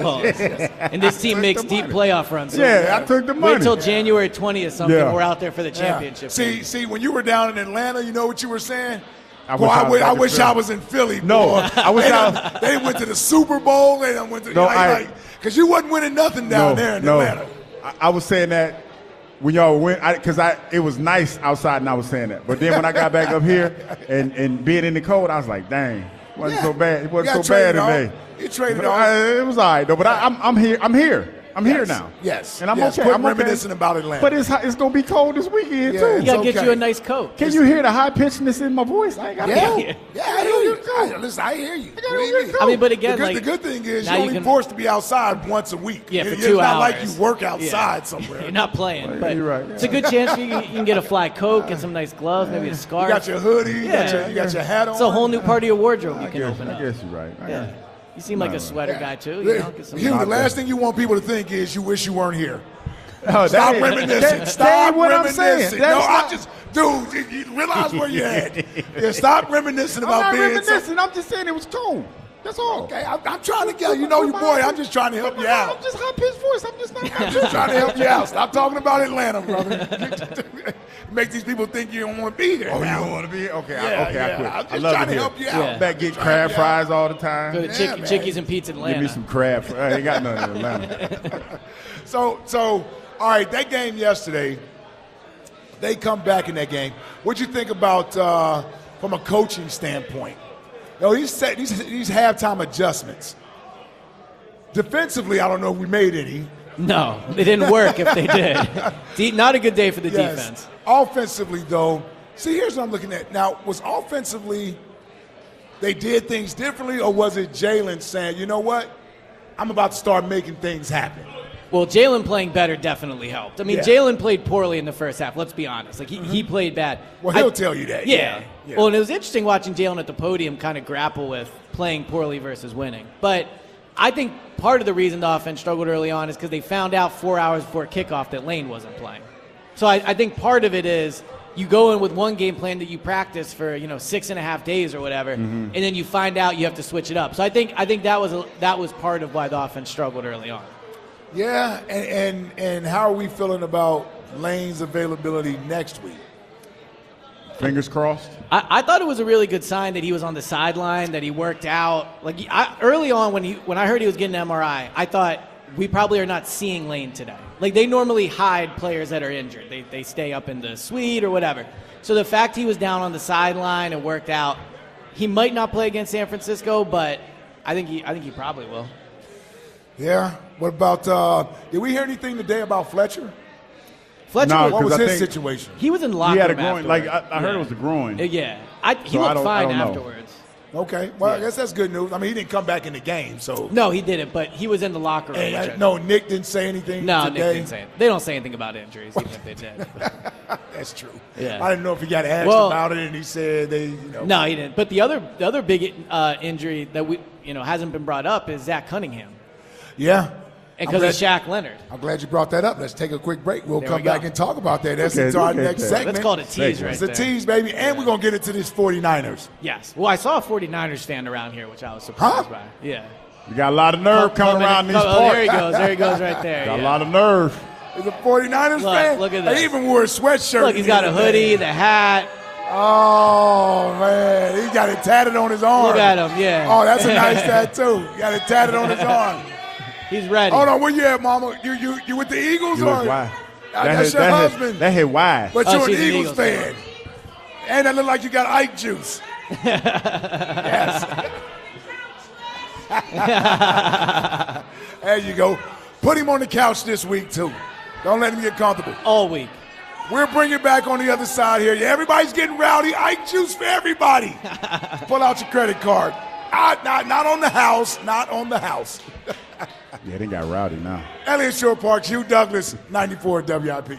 [SPEAKER 5] Well, it's- it's- and this team makes
[SPEAKER 4] the
[SPEAKER 5] deep
[SPEAKER 4] money.
[SPEAKER 5] playoff runs. so
[SPEAKER 4] Yeah, I took the money.
[SPEAKER 5] Wait till January 20th or something.
[SPEAKER 4] Yeah.
[SPEAKER 5] We're out there for the
[SPEAKER 3] Yeah.
[SPEAKER 5] championship.
[SPEAKER 3] See, see, when you were down in Atlanta, you know what you were saying.
[SPEAKER 4] I
[SPEAKER 3] Boy,
[SPEAKER 4] wish I
[SPEAKER 3] I,
[SPEAKER 4] was
[SPEAKER 3] wi-
[SPEAKER 4] back
[SPEAKER 3] I
[SPEAKER 4] in
[SPEAKER 3] wish
[SPEAKER 4] Philly.
[SPEAKER 3] I was in Philly.
[SPEAKER 4] No,
[SPEAKER 3] boy.
[SPEAKER 4] I wish
[SPEAKER 3] they,
[SPEAKER 4] I-
[SPEAKER 3] done- they went to the Super Bowl. They done went to
[SPEAKER 4] No,
[SPEAKER 3] like,
[SPEAKER 4] I-
[SPEAKER 3] because you wasn't winning nothing down there in Atlanta.
[SPEAKER 4] I, I was saying that when y'all went, because I, it was nice outside, and I was saying that. But then when I got back up here and, and being in the cold, I was like, dang, wasn't so
[SPEAKER 3] Yeah.
[SPEAKER 4] bad. It
[SPEAKER 3] You
[SPEAKER 4] wasn't
[SPEAKER 3] got
[SPEAKER 4] so bad
[SPEAKER 3] traded
[SPEAKER 4] today.
[SPEAKER 3] off. You traded
[SPEAKER 4] But
[SPEAKER 3] off.
[SPEAKER 4] I- It was all right though. But I, I'm, I'm here. I'm here. I'm here
[SPEAKER 3] Yes.
[SPEAKER 4] now.
[SPEAKER 3] Yes.
[SPEAKER 4] And I'm
[SPEAKER 3] Yes.
[SPEAKER 4] okay.
[SPEAKER 3] Quit
[SPEAKER 4] I'm okay.
[SPEAKER 3] reminiscing about Atlanta.
[SPEAKER 4] But it's hot- it's gonna be cold this weekend
[SPEAKER 3] Yeah, it's
[SPEAKER 5] we
[SPEAKER 4] too.
[SPEAKER 5] gotta get
[SPEAKER 3] okay.
[SPEAKER 5] you a nice coat.
[SPEAKER 4] Can you hear the high pitchedness in my voice? I ain't got
[SPEAKER 3] Yeah,
[SPEAKER 4] no-
[SPEAKER 3] yeah, I hear you. I, listen, I hear you.
[SPEAKER 4] gotta
[SPEAKER 3] Believe
[SPEAKER 4] get
[SPEAKER 3] me.
[SPEAKER 4] cold.
[SPEAKER 5] I mean, but again,
[SPEAKER 3] the good,
[SPEAKER 5] like
[SPEAKER 3] the good thing is
[SPEAKER 5] now
[SPEAKER 3] you're
[SPEAKER 5] you
[SPEAKER 3] only
[SPEAKER 5] can-
[SPEAKER 3] forced to be outside once a week.
[SPEAKER 5] Yeah, for
[SPEAKER 3] It- it's
[SPEAKER 5] two
[SPEAKER 3] not
[SPEAKER 5] hours.
[SPEAKER 3] like you work
[SPEAKER 5] Yeah.
[SPEAKER 3] outside somewhere.
[SPEAKER 5] You're not playing, but
[SPEAKER 4] you're right.
[SPEAKER 5] it's a good chance you, you can get a fly coat, get some nice gloves, maybe a
[SPEAKER 3] You
[SPEAKER 5] scarf.
[SPEAKER 3] got your hoodie. You, got
[SPEAKER 5] Yeah.
[SPEAKER 3] your, you got your hat on.
[SPEAKER 5] it's a whole new part of your wardrobe you
[SPEAKER 4] I
[SPEAKER 5] can
[SPEAKER 4] guess,
[SPEAKER 5] open
[SPEAKER 4] I
[SPEAKER 5] up.
[SPEAKER 4] guess you're right. I
[SPEAKER 5] Yeah.
[SPEAKER 4] guess-
[SPEAKER 5] You seem like a sweater guy too. You know, get some
[SPEAKER 3] Hugh, the last thing you want people to think is you wish you weren't here.
[SPEAKER 4] Oh,
[SPEAKER 3] Stop
[SPEAKER 4] that-
[SPEAKER 3] reminiscing.
[SPEAKER 4] that-
[SPEAKER 3] stop
[SPEAKER 4] that what I'm
[SPEAKER 3] reminiscing.
[SPEAKER 4] saying.
[SPEAKER 3] no,
[SPEAKER 4] That's
[SPEAKER 3] I
[SPEAKER 4] not-
[SPEAKER 3] just, dude, you, you realize where you're at. Yeah, stop reminiscing
[SPEAKER 4] I'm
[SPEAKER 3] about
[SPEAKER 4] not
[SPEAKER 3] being.
[SPEAKER 4] reminiscing. I'm just saying it was cool.
[SPEAKER 3] That's all. Okay, I'm, I'm trying to get you know your boy. I'm just trying to help you out.
[SPEAKER 7] just high pitched voice. I'm just not.
[SPEAKER 3] I'm just trying to help you out. Stop talking about Atlanta, brother. Make these people think you don't want to be there.
[SPEAKER 7] Oh, you
[SPEAKER 3] now.
[SPEAKER 7] don't want to be here? Okay,
[SPEAKER 3] Yeah,
[SPEAKER 7] I, okay,
[SPEAKER 3] yeah.
[SPEAKER 7] I quit.
[SPEAKER 3] I'm just
[SPEAKER 7] I love
[SPEAKER 3] trying
[SPEAKER 7] it
[SPEAKER 3] to
[SPEAKER 7] here.
[SPEAKER 3] help you out.
[SPEAKER 5] Yeah.
[SPEAKER 7] Back get crab fries all the
[SPEAKER 5] Go to
[SPEAKER 7] time.
[SPEAKER 5] Chick-
[SPEAKER 3] man.
[SPEAKER 5] Chickies and Pizza in Atlanta.
[SPEAKER 4] Give me some crab. fries. I ain't got none in Atlanta.
[SPEAKER 3] So, so, all right, that game yesterday, they come back in that game. What'd you think about uh, from a coaching standpoint? You know, these, set, these, these halftime adjustments. Defensively, I don't know if we made any.
[SPEAKER 5] No, it didn't work if they did. De- not a good day for the
[SPEAKER 3] Yes.
[SPEAKER 5] defense.
[SPEAKER 3] Offensively, though, see, here's what I'm looking at. Now, was offensively they did things differently, or was it Jalen saying, you know what, I'm about to start making things happen?
[SPEAKER 5] Well, Jalen playing better definitely helped. I mean,
[SPEAKER 3] Yeah. Mm-hmm.
[SPEAKER 5] Jalen played poorly in the first half. Let's be honest. Like he, he played bad.
[SPEAKER 3] Well,
[SPEAKER 5] I-
[SPEAKER 3] he'll tell you that.
[SPEAKER 5] Yeah.
[SPEAKER 3] Yeah.
[SPEAKER 5] Well, and it was interesting watching Jalen at the podium kind of grapple with playing poorly versus winning. But I think part of the reason the offense struggled early on is because they found out four hours before kickoff that Lane wasn't playing. So I, I think part of it is you go in with one game plan that you practice for you know six and a half days or whatever,
[SPEAKER 3] Mm-hmm.
[SPEAKER 5] and then you find out you have to switch it up. So I think I think that was a, that was part of why the offense struggled early on.
[SPEAKER 3] Yeah, and, and and how are we feeling about Lane's availability next week?
[SPEAKER 4] Fingers crossed.
[SPEAKER 5] I, I thought it was a really good sign that he was on the sideline, that he worked out. Like I, early on, when he when I heard he was getting an MRI, I thought we probably are not seeing Lane today. Like they normally hide players that are injured; they they stay up in the suite or whatever. So the fact he was down on the sideline and worked out, he might not play against San Francisco, but I think he I think he probably will.
[SPEAKER 3] Yeah. What about? Uh, did we hear anything today about Fletcher?
[SPEAKER 5] Fletcher,
[SPEAKER 4] No,
[SPEAKER 5] was,
[SPEAKER 3] What
[SPEAKER 4] 'cause
[SPEAKER 3] was
[SPEAKER 4] I
[SPEAKER 3] his
[SPEAKER 4] think-
[SPEAKER 3] situation?
[SPEAKER 5] he was in locker
[SPEAKER 4] he had a
[SPEAKER 5] room
[SPEAKER 4] groin. Like I,
[SPEAKER 5] afterwards.
[SPEAKER 4] I heard it was a groin.
[SPEAKER 5] yeah, I, he
[SPEAKER 4] So I
[SPEAKER 5] looked
[SPEAKER 4] don't- I
[SPEAKER 5] fine
[SPEAKER 4] don't know.
[SPEAKER 5] afterwards.
[SPEAKER 3] Okay. Well, I
[SPEAKER 5] Yeah.
[SPEAKER 3] guess that's good news. I mean, he didn't come back in the game, so.
[SPEAKER 5] No, he didn't, but he was in the locker room.
[SPEAKER 3] And,
[SPEAKER 5] which
[SPEAKER 3] uh,
[SPEAKER 5] I-
[SPEAKER 3] no, Nick didn't say anything
[SPEAKER 5] No,
[SPEAKER 3] today.
[SPEAKER 5] Nick didn't say it. They don't say anything about injuries, even if they did.
[SPEAKER 3] That's true.
[SPEAKER 5] Yeah.
[SPEAKER 3] I didn't know if he got asked
[SPEAKER 5] Well-
[SPEAKER 3] about it, and he said they, you know.
[SPEAKER 5] no, he didn't. But the other the other big uh, injury that we you know hasn't been brought up is Zach Cunningham,
[SPEAKER 3] Yeah.
[SPEAKER 5] and
[SPEAKER 3] I'm
[SPEAKER 5] because of
[SPEAKER 3] glad-
[SPEAKER 5] Shaq Leonard.
[SPEAKER 3] I'm glad you brought that up. Let's take a quick break. We'll
[SPEAKER 5] There
[SPEAKER 3] come
[SPEAKER 5] we go.
[SPEAKER 3] back and talk about that. That's
[SPEAKER 4] Okay,
[SPEAKER 3] into our
[SPEAKER 4] okay,
[SPEAKER 3] next
[SPEAKER 4] okay.
[SPEAKER 3] segment.
[SPEAKER 5] Let's call it a tease, right
[SPEAKER 3] It's a
[SPEAKER 5] there.
[SPEAKER 3] tease, baby. And we're going to get into this 49ers.
[SPEAKER 5] Yes. Well, I saw a 49ers fan around here, which I was surprised
[SPEAKER 3] Huh?
[SPEAKER 5] by. Yeah.
[SPEAKER 4] You got a lot of nerve coming around these
[SPEAKER 5] oh, there he
[SPEAKER 4] parts.
[SPEAKER 5] goes. There he goes. Right there.
[SPEAKER 4] Got a
[SPEAKER 5] yeah.
[SPEAKER 4] lot of nerve.
[SPEAKER 3] Is a 49ers
[SPEAKER 5] Look,
[SPEAKER 3] fan?
[SPEAKER 5] look at
[SPEAKER 3] They
[SPEAKER 5] this.
[SPEAKER 3] even wore a sweatshirt.
[SPEAKER 5] Look, he's got a hoodie, the hat.
[SPEAKER 3] Oh, man. He got it tatted on his arm.
[SPEAKER 5] Look at him, yeah.
[SPEAKER 3] Oh, that's a nice tattoo. He got it tatted on his arm.
[SPEAKER 5] He's ready.
[SPEAKER 3] Hold on, where you at, mama? You you you with the Eagles
[SPEAKER 4] You
[SPEAKER 3] or?
[SPEAKER 4] look wide.
[SPEAKER 3] That-
[SPEAKER 4] That
[SPEAKER 3] that's
[SPEAKER 4] hit-
[SPEAKER 3] your
[SPEAKER 4] that hit-
[SPEAKER 3] husband.
[SPEAKER 4] That hit wide.
[SPEAKER 3] But
[SPEAKER 5] Oh,
[SPEAKER 3] you're an
[SPEAKER 5] she's
[SPEAKER 3] Eagles,
[SPEAKER 5] an Eagles
[SPEAKER 3] fan.
[SPEAKER 5] fan.
[SPEAKER 3] And that look like you got Ike juice. yes. there you go. Put him on the couch this week, too. Don't let him get comfortable.
[SPEAKER 5] All week.
[SPEAKER 3] We're bringing back on the other side here. Yeah, everybody's getting rowdy. Ike juice for everybody. Pull out your credit card. Ah, not, not on the house. Not on the house.
[SPEAKER 4] Yeah, they got rowdy now.
[SPEAKER 3] Elliot Shore Park, Hugh Douglas, 94 WIP.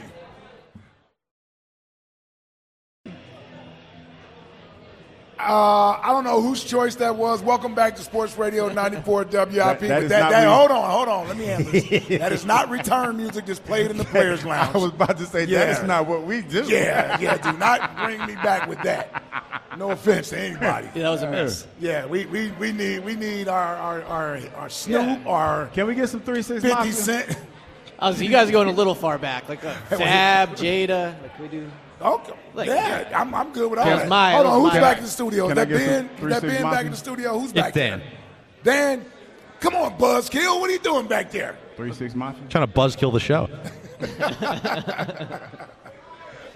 [SPEAKER 3] Uh, I don't know whose choice that was. Welcome back to Sports Radio 94 WIP. but
[SPEAKER 4] That- that
[SPEAKER 3] that,
[SPEAKER 4] is
[SPEAKER 3] that,
[SPEAKER 4] not me.
[SPEAKER 3] hold on, hold on. Let me handle this. that is not return music that's played in the players' lounge.
[SPEAKER 4] I was about to say
[SPEAKER 3] Yeah.
[SPEAKER 4] that is not what we do.
[SPEAKER 3] yeah, yeah. Do not bring me back with that. No offense to anybody.
[SPEAKER 5] Yeah, that was a miss.
[SPEAKER 3] Yeah, we, we, we need we need our our our, our Snoop,
[SPEAKER 5] Yeah.
[SPEAKER 3] our
[SPEAKER 4] Can we get some three six
[SPEAKER 3] 50
[SPEAKER 4] mafia?
[SPEAKER 3] Cent.
[SPEAKER 5] Oh, so you guys are going a little far back, like uh, Fab, Jada. Like we do.
[SPEAKER 3] Okay.
[SPEAKER 5] Like-
[SPEAKER 3] yeah, I'm, I'm good with all
[SPEAKER 5] That
[SPEAKER 3] that.
[SPEAKER 5] was mine,
[SPEAKER 3] Hold
[SPEAKER 5] that
[SPEAKER 3] on,
[SPEAKER 5] was
[SPEAKER 3] who's
[SPEAKER 5] mine.
[SPEAKER 3] back in the studio? Is
[SPEAKER 4] Can I
[SPEAKER 3] that
[SPEAKER 4] get some
[SPEAKER 3] Ben? Is
[SPEAKER 4] three
[SPEAKER 3] that
[SPEAKER 4] six
[SPEAKER 3] Ben back
[SPEAKER 4] mafia?
[SPEAKER 3] in the studio? Who's
[SPEAKER 8] It's
[SPEAKER 3] back
[SPEAKER 8] Dan.
[SPEAKER 3] there? Dan, come on, Buzzkill. What are you doing back there?
[SPEAKER 4] Three six mafia.
[SPEAKER 8] Trying to buzzkill the show.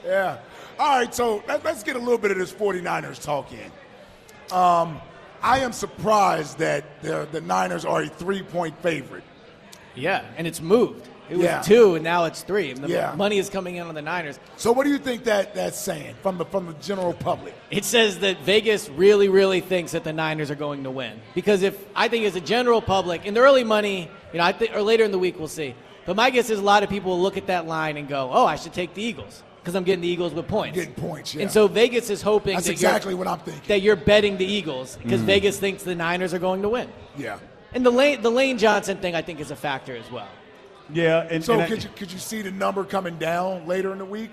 [SPEAKER 3] Yeah. All right, so let, us get a little bit of this 49ers talk in. Um, I am surprised that the, the Niners are a three point favorite.
[SPEAKER 5] Yeah, and it's moved. It was
[SPEAKER 3] Yeah.
[SPEAKER 5] two, and now it's three. And the
[SPEAKER 3] Yeah.
[SPEAKER 5] money is coming in on the Niners.
[SPEAKER 3] So, what do you think that that's saying from the, from the general public?
[SPEAKER 5] It says that Vegas really, really thinks that the Niners are going to win. Because if I think as a general public, in the early money, you know, I think or later in the week we'll see. But my guess is a lot of people will look at that line and go, "Oh, I should take the Eagles because I'm getting the Eagles with points."
[SPEAKER 3] Getting points, yeah.
[SPEAKER 5] And so Vegas is hoping
[SPEAKER 3] That's
[SPEAKER 5] that
[SPEAKER 3] exactly
[SPEAKER 5] you're,
[SPEAKER 3] what I'm thinking.
[SPEAKER 5] that you're betting the Eagles because Vegas thinks the Niners are going to win.
[SPEAKER 3] Yeah.
[SPEAKER 5] And the Lane, the Lane Johnson thing, I think, is a factor as well.
[SPEAKER 4] Yeah, and
[SPEAKER 3] So,
[SPEAKER 4] and I-
[SPEAKER 3] could, you, could you see the number coming down later in the week?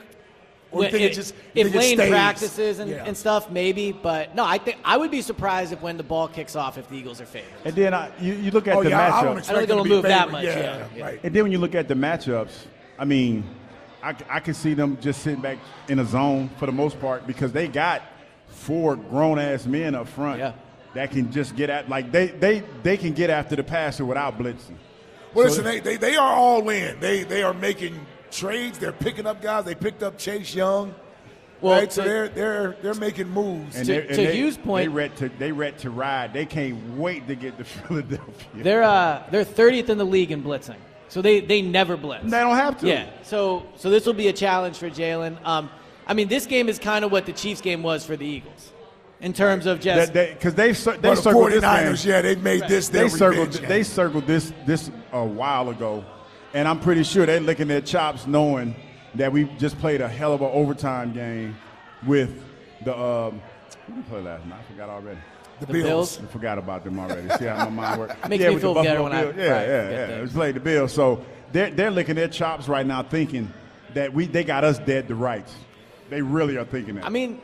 [SPEAKER 3] Or you
[SPEAKER 5] When-
[SPEAKER 3] think it
[SPEAKER 5] if-
[SPEAKER 3] just you
[SPEAKER 5] if
[SPEAKER 3] think it
[SPEAKER 5] Lane
[SPEAKER 3] stays?
[SPEAKER 5] practices and,
[SPEAKER 3] Yeah.
[SPEAKER 5] and stuff, maybe. But no, I think I would be surprised if when the ball kicks off, if the Eagles are favored.
[SPEAKER 4] And then I, you, you look at
[SPEAKER 3] Oh
[SPEAKER 4] the
[SPEAKER 3] yeah, I- I
[SPEAKER 4] matchup.
[SPEAKER 3] don't expect
[SPEAKER 5] think
[SPEAKER 3] them
[SPEAKER 5] it'll
[SPEAKER 3] to be
[SPEAKER 5] move that
[SPEAKER 3] favored.
[SPEAKER 5] much,
[SPEAKER 3] Yeah,
[SPEAKER 5] yeah.
[SPEAKER 3] right.
[SPEAKER 4] And then when you look at the matchups, I mean, I, c- I can see them just sitting back in a zone for the most part because they got four grown ass men up front
[SPEAKER 5] Yeah.
[SPEAKER 4] that can just get at like they they they can get after the passer without blitzing.
[SPEAKER 3] Well, listen, they, they, they are all in. They they are making trades. They're picking up guys. They picked up Chase Young.
[SPEAKER 5] Well,
[SPEAKER 3] right? so
[SPEAKER 5] to-
[SPEAKER 3] they're they're they're making moves.
[SPEAKER 4] And
[SPEAKER 5] To-
[SPEAKER 4] they, and
[SPEAKER 5] to
[SPEAKER 4] they-
[SPEAKER 5] Hugh's point-
[SPEAKER 4] they read to they read to ride. They can't wait to get to Philadelphia.
[SPEAKER 5] They're uh, they're 30th in the league in blitzing, so they they never blitz.
[SPEAKER 4] They don't have to.
[SPEAKER 5] Yeah. So so this will be a challenge for Jalen. Um, I mean, this game is kind of what the Chiefs game was for the Eagles, in terms of just
[SPEAKER 4] because they, 'cause they've cir- they
[SPEAKER 3] Well, the
[SPEAKER 4] circled this game.
[SPEAKER 3] 49ers, yeah, they've made this their
[SPEAKER 4] they circled
[SPEAKER 3] revenge game.
[SPEAKER 4] they circled this this a while ago, and I'm pretty sure they're licking their chops knowing that we just played a hell of an overtime game with the um, who did we play last night? I forgot already.
[SPEAKER 3] the,
[SPEAKER 5] the
[SPEAKER 3] Bills.
[SPEAKER 5] Bills.
[SPEAKER 4] I forgot about them already. See how my mind works.
[SPEAKER 5] Makes me
[SPEAKER 4] with
[SPEAKER 5] feel
[SPEAKER 4] the
[SPEAKER 5] better
[SPEAKER 4] Buffalo
[SPEAKER 5] when I-
[SPEAKER 4] Bills. Yeah,
[SPEAKER 5] right, get
[SPEAKER 4] yeah, yeah.
[SPEAKER 5] that.
[SPEAKER 4] We played the Bills, so they're they're licking their chops right now, thinking that we they got us dead to rights. They really are thinking that.
[SPEAKER 5] I mean,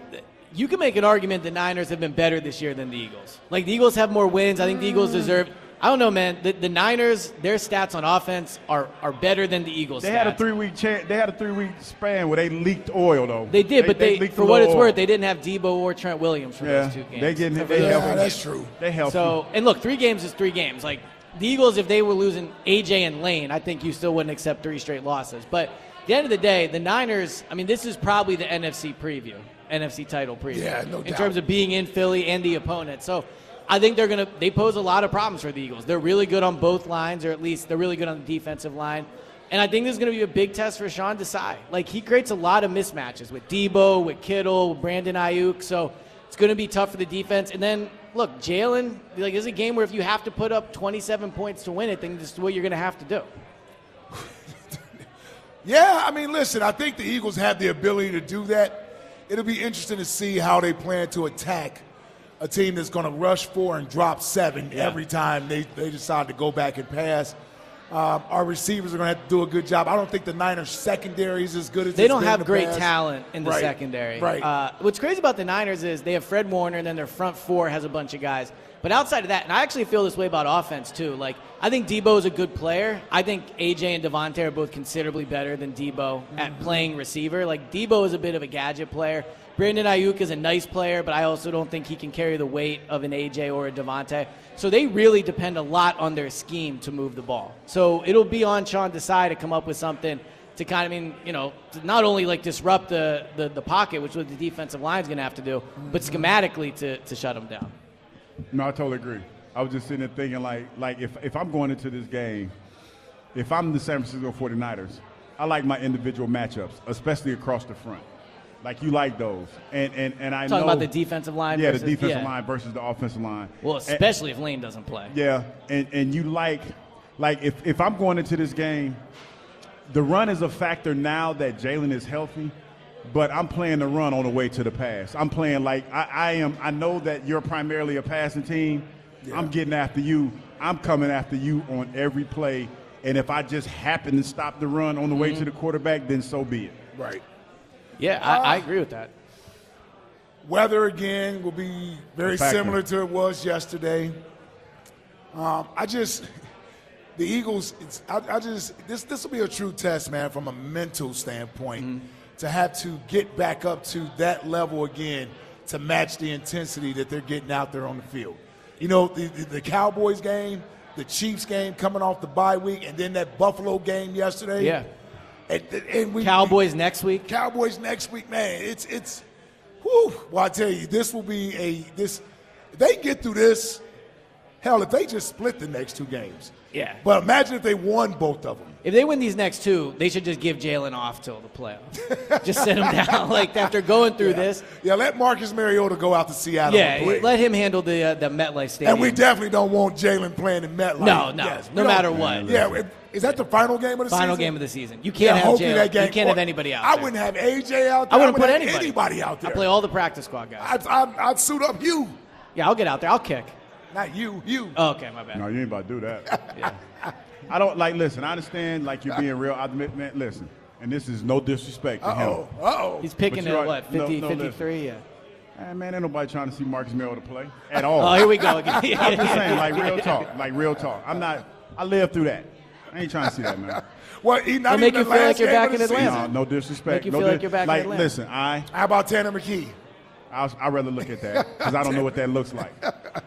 [SPEAKER 5] you can make an argument the Niners have been better this year than the Eagles. Like the Eagles have more wins. I think the Eagles deserve. I don't know, man. The, the Niners, their stats on offense are, are better than the Eagles.
[SPEAKER 4] They had a
[SPEAKER 5] stats.
[SPEAKER 4] three week chan They had a three week span where they leaked oil though.
[SPEAKER 5] They did, but they,
[SPEAKER 4] leaked a
[SPEAKER 5] for what
[SPEAKER 4] little
[SPEAKER 5] it's
[SPEAKER 4] oil.
[SPEAKER 5] worth, they didn't have Debo or Trent Williams for
[SPEAKER 4] yeah,
[SPEAKER 5] those two games.
[SPEAKER 4] they getting they
[SPEAKER 3] Yeah,
[SPEAKER 4] helping.
[SPEAKER 3] that's true.
[SPEAKER 4] They helping.
[SPEAKER 5] So, and look, three games is three games. Like the Eagles, if they were losing AJ and Lane, I think you still wouldn't accept three straight losses. But at the end of the day, the Niners. I mean, this is probably the NFC preview, NFC title preview.
[SPEAKER 3] Yeah, no
[SPEAKER 5] In
[SPEAKER 3] doubt.
[SPEAKER 5] terms of being in Philly and the opponent, so. I think they're gonna. They pose a lot of problems for the Eagles. They're really good on both lines, or at least they're really good on the defensive line. And I think this is going to be a big test for Sean Desai. Like he creates a lot of mismatches with Debo, with Kittle, with Brandon Ayuk. So it's going to be tough for the defense. And then look, Jalen. Like this is a game where if you have to put up 27 points to win it, then this is what you're going to have to do.
[SPEAKER 3] Yeah, I mean, listen, I think the Eagles have the ability to do that. It'll be interesting to see how they plan to attack a team that's going to rush four and drop seven every time they, they decide to go back and pass. Um, our receivers are going to have to do a good job. I don't think the Niners' secondary is as good as
[SPEAKER 5] They
[SPEAKER 3] it's
[SPEAKER 5] don't
[SPEAKER 3] been in
[SPEAKER 5] have
[SPEAKER 3] the
[SPEAKER 5] great
[SPEAKER 3] past.
[SPEAKER 5] talent in the
[SPEAKER 3] Right,
[SPEAKER 5] secondary.
[SPEAKER 3] Right.
[SPEAKER 5] Uh, what's crazy about the Niners is they have Fred Warner, and then their front four has a bunch of guys. But outside of that, and I actually feel this way about offense too. Like I think Debo is a good player. I think AJ and Devontae are both considerably better than Debo at
[SPEAKER 3] Mm-hmm.
[SPEAKER 5] playing receiver. Like Debo is a bit of a gadget player. Brandon Ayuk is a nice player, but I also don't think he can carry the weight of an AJ or a Devontae. So they really depend a lot on their scheme to move the ball. So it'll be on Sean Desai to come up with something to kind of I mean you know to not only like disrupt the, the, the pocket, which is what the defensive line's going to have to do, but schematically to, to shut them down.
[SPEAKER 4] no, I totally agree. I was just sitting there thinking like like if if I'm going into this game, if I'm the San Francisco 49ers, I like my individual matchups, especially across the front. Like you like those, and and and I
[SPEAKER 5] Talking
[SPEAKER 4] know
[SPEAKER 5] about the defensive line
[SPEAKER 4] Yeah,
[SPEAKER 5] versus-
[SPEAKER 4] the defensive
[SPEAKER 5] yeah.
[SPEAKER 4] line versus the offensive line.
[SPEAKER 5] Well,
[SPEAKER 4] And-
[SPEAKER 5] especially if Lane doesn't play.
[SPEAKER 4] Yeah, and, and you like, like if, if I'm going into this game, the run is a factor now that Jalen is healthy, but I'm playing the run on the way to the pass. I'm playing like I, I am. I know that you're primarily a passing team. I'm getting after you. I'm coming after you on every play. And if I just happen to stop the run on the way to the quarterback, then so be it.
[SPEAKER 3] right.
[SPEAKER 5] Yeah, I, I agree with that.
[SPEAKER 3] Weather again will be very
[SPEAKER 4] A factor.
[SPEAKER 3] similar to it was yesterday. Um, I just, the Eagles. It's, I, I just this this will be a true test, man, from a mental standpoint,
[SPEAKER 5] Mm-hmm.
[SPEAKER 3] to have to get back up to that level again to match the intensity that they're getting out there on the field. You know, the, the, the Cowboys game, the Chiefs game coming off the bye week, and then that Buffalo game yesterday.
[SPEAKER 5] Yeah.
[SPEAKER 3] and, and we
[SPEAKER 5] Cowboys next week.
[SPEAKER 3] Cowboys next week, man. It's it's. Whew. Well, I tell you, this will be a this. If they get through this, hell, if they just split the next two games.
[SPEAKER 5] Yeah.
[SPEAKER 3] But imagine if they won both of them.
[SPEAKER 5] If they win these next two, they should just give Jalen off till the playoffs. just sit him down. Like after going through this,
[SPEAKER 3] Yeah, let Marcus Mariota go out to Seattle.
[SPEAKER 5] yeah,
[SPEAKER 3] and play.
[SPEAKER 5] let him handle the uh, the MetLife Stadium.
[SPEAKER 3] and we definitely don't want Jalen playing in MetLife.
[SPEAKER 5] No, no,
[SPEAKER 3] we
[SPEAKER 5] no
[SPEAKER 3] don't-
[SPEAKER 5] matter what.
[SPEAKER 3] Yeah, if- is that the final game of the
[SPEAKER 5] final
[SPEAKER 3] season?
[SPEAKER 5] game of the season. You
[SPEAKER 3] Yeah,
[SPEAKER 5] can't have
[SPEAKER 3] hopefully
[SPEAKER 5] Jalen.
[SPEAKER 3] that game.
[SPEAKER 5] You can't have anybody out.
[SPEAKER 3] I
[SPEAKER 5] there.
[SPEAKER 3] wouldn't have AJ out
[SPEAKER 5] I
[SPEAKER 3] there.
[SPEAKER 5] wouldn't put
[SPEAKER 3] have
[SPEAKER 5] anybody.
[SPEAKER 3] out there.
[SPEAKER 5] I play all the practice squad guys.
[SPEAKER 3] I'd, I'd, I'd suit up you,
[SPEAKER 5] Yeah, I'll get out there. I'll kick.
[SPEAKER 3] not you, you.
[SPEAKER 5] Oh, okay, my bad.
[SPEAKER 4] No, you ain't about to do that. I don't like. Listen, I understand. Like you're being real. I admit, man, listen. and this is no disrespect to
[SPEAKER 3] Uh-oh.
[SPEAKER 4] him.
[SPEAKER 3] Uh-oh.
[SPEAKER 5] He's picking
[SPEAKER 4] But you're
[SPEAKER 5] at
[SPEAKER 4] right.
[SPEAKER 5] what, 50,
[SPEAKER 4] No, no,
[SPEAKER 5] 53? Yeah.
[SPEAKER 4] Eh, man, ain't nobody trying to see Marcus Mariota play at all.
[SPEAKER 5] Oh, here we go again.
[SPEAKER 4] I'm just saying, like real talk, like real talk. I'm not. I lived through that. I ain't trying to see that, man.
[SPEAKER 3] Well, he not
[SPEAKER 5] It'll make
[SPEAKER 3] even
[SPEAKER 5] you
[SPEAKER 3] the
[SPEAKER 5] feel like
[SPEAKER 3] last
[SPEAKER 5] you're
[SPEAKER 3] game
[SPEAKER 5] back
[SPEAKER 3] of the
[SPEAKER 5] in Atlanta.
[SPEAKER 3] season.
[SPEAKER 4] No, no
[SPEAKER 5] Make
[SPEAKER 4] disrespect.
[SPEAKER 5] you
[SPEAKER 4] no
[SPEAKER 5] feel like you're back in
[SPEAKER 4] like,
[SPEAKER 5] Atlanta.
[SPEAKER 4] Listen, I,
[SPEAKER 3] How about Tanner McKee?
[SPEAKER 4] I, I rather look at that because I don't know what that looks like.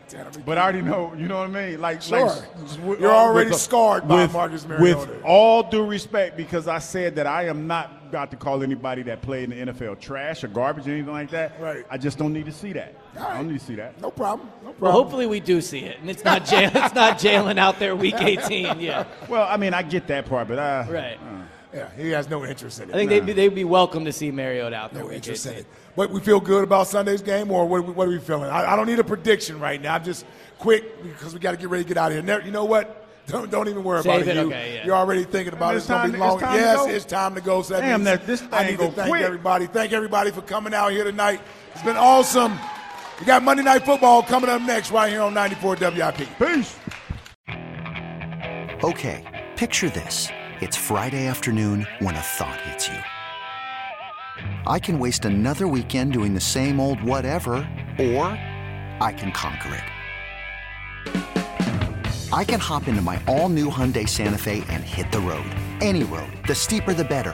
[SPEAKER 3] Tanner McKee.
[SPEAKER 4] But I already know, you know what I mean? Like,
[SPEAKER 3] Sure.
[SPEAKER 4] like, s- w-
[SPEAKER 3] You're
[SPEAKER 4] uh,
[SPEAKER 3] already
[SPEAKER 4] with-
[SPEAKER 3] scarred by Marcus Mariota.
[SPEAKER 4] With all due respect, because I said that I am not about to call anybody that played in the NFL trash or garbage or anything like that.
[SPEAKER 3] Right.
[SPEAKER 4] I just don't need to see that. I don't need to see that.
[SPEAKER 3] no problem. No problem.
[SPEAKER 5] Well, hopefully we do see it, and it's not Jalen. it's not Jalen out there week 18. Yeah,
[SPEAKER 4] Well, I mean, I get that part, but I,
[SPEAKER 5] right.
[SPEAKER 3] Yeah, he has no interest in it.
[SPEAKER 5] I think they'd be, they'd be welcome to see Mariota out there.
[SPEAKER 3] no
[SPEAKER 5] week
[SPEAKER 3] interest in
[SPEAKER 5] 18.
[SPEAKER 3] it. But we feel good about Sunday's game, or what, are we- what are we feeling? I, I don't need a prediction right now. I'm just quick because we got to get ready to get out of here. Never, you know what? Don't, don't even worry
[SPEAKER 5] Save
[SPEAKER 3] about
[SPEAKER 5] it,
[SPEAKER 3] You,
[SPEAKER 5] okay, yeah.
[SPEAKER 3] You're already thinking about
[SPEAKER 4] And
[SPEAKER 3] it.
[SPEAKER 4] it's
[SPEAKER 3] It's going
[SPEAKER 4] time
[SPEAKER 3] to
[SPEAKER 4] to-
[SPEAKER 3] be
[SPEAKER 4] it's
[SPEAKER 3] long.
[SPEAKER 4] time to
[SPEAKER 3] yes,
[SPEAKER 4] go.
[SPEAKER 3] it's time to go. So that
[SPEAKER 4] Damn,
[SPEAKER 3] means
[SPEAKER 4] that- this
[SPEAKER 3] I
[SPEAKER 4] thing
[SPEAKER 3] need to
[SPEAKER 4] go
[SPEAKER 3] thank
[SPEAKER 4] quick.
[SPEAKER 3] everybody. Thank everybody for coming out here tonight. It's been awesome. We got Monday Night Football coming up next right here on 94 WIP.
[SPEAKER 4] Peace.
[SPEAKER 8] Okay, picture this. It's Friday afternoon when a thought hits you. I can waste another weekend doing the same old whatever, or I can conquer it. I can hop into my all new Hyundai Santa Fe and hit the road. Any road. The steeper, the better.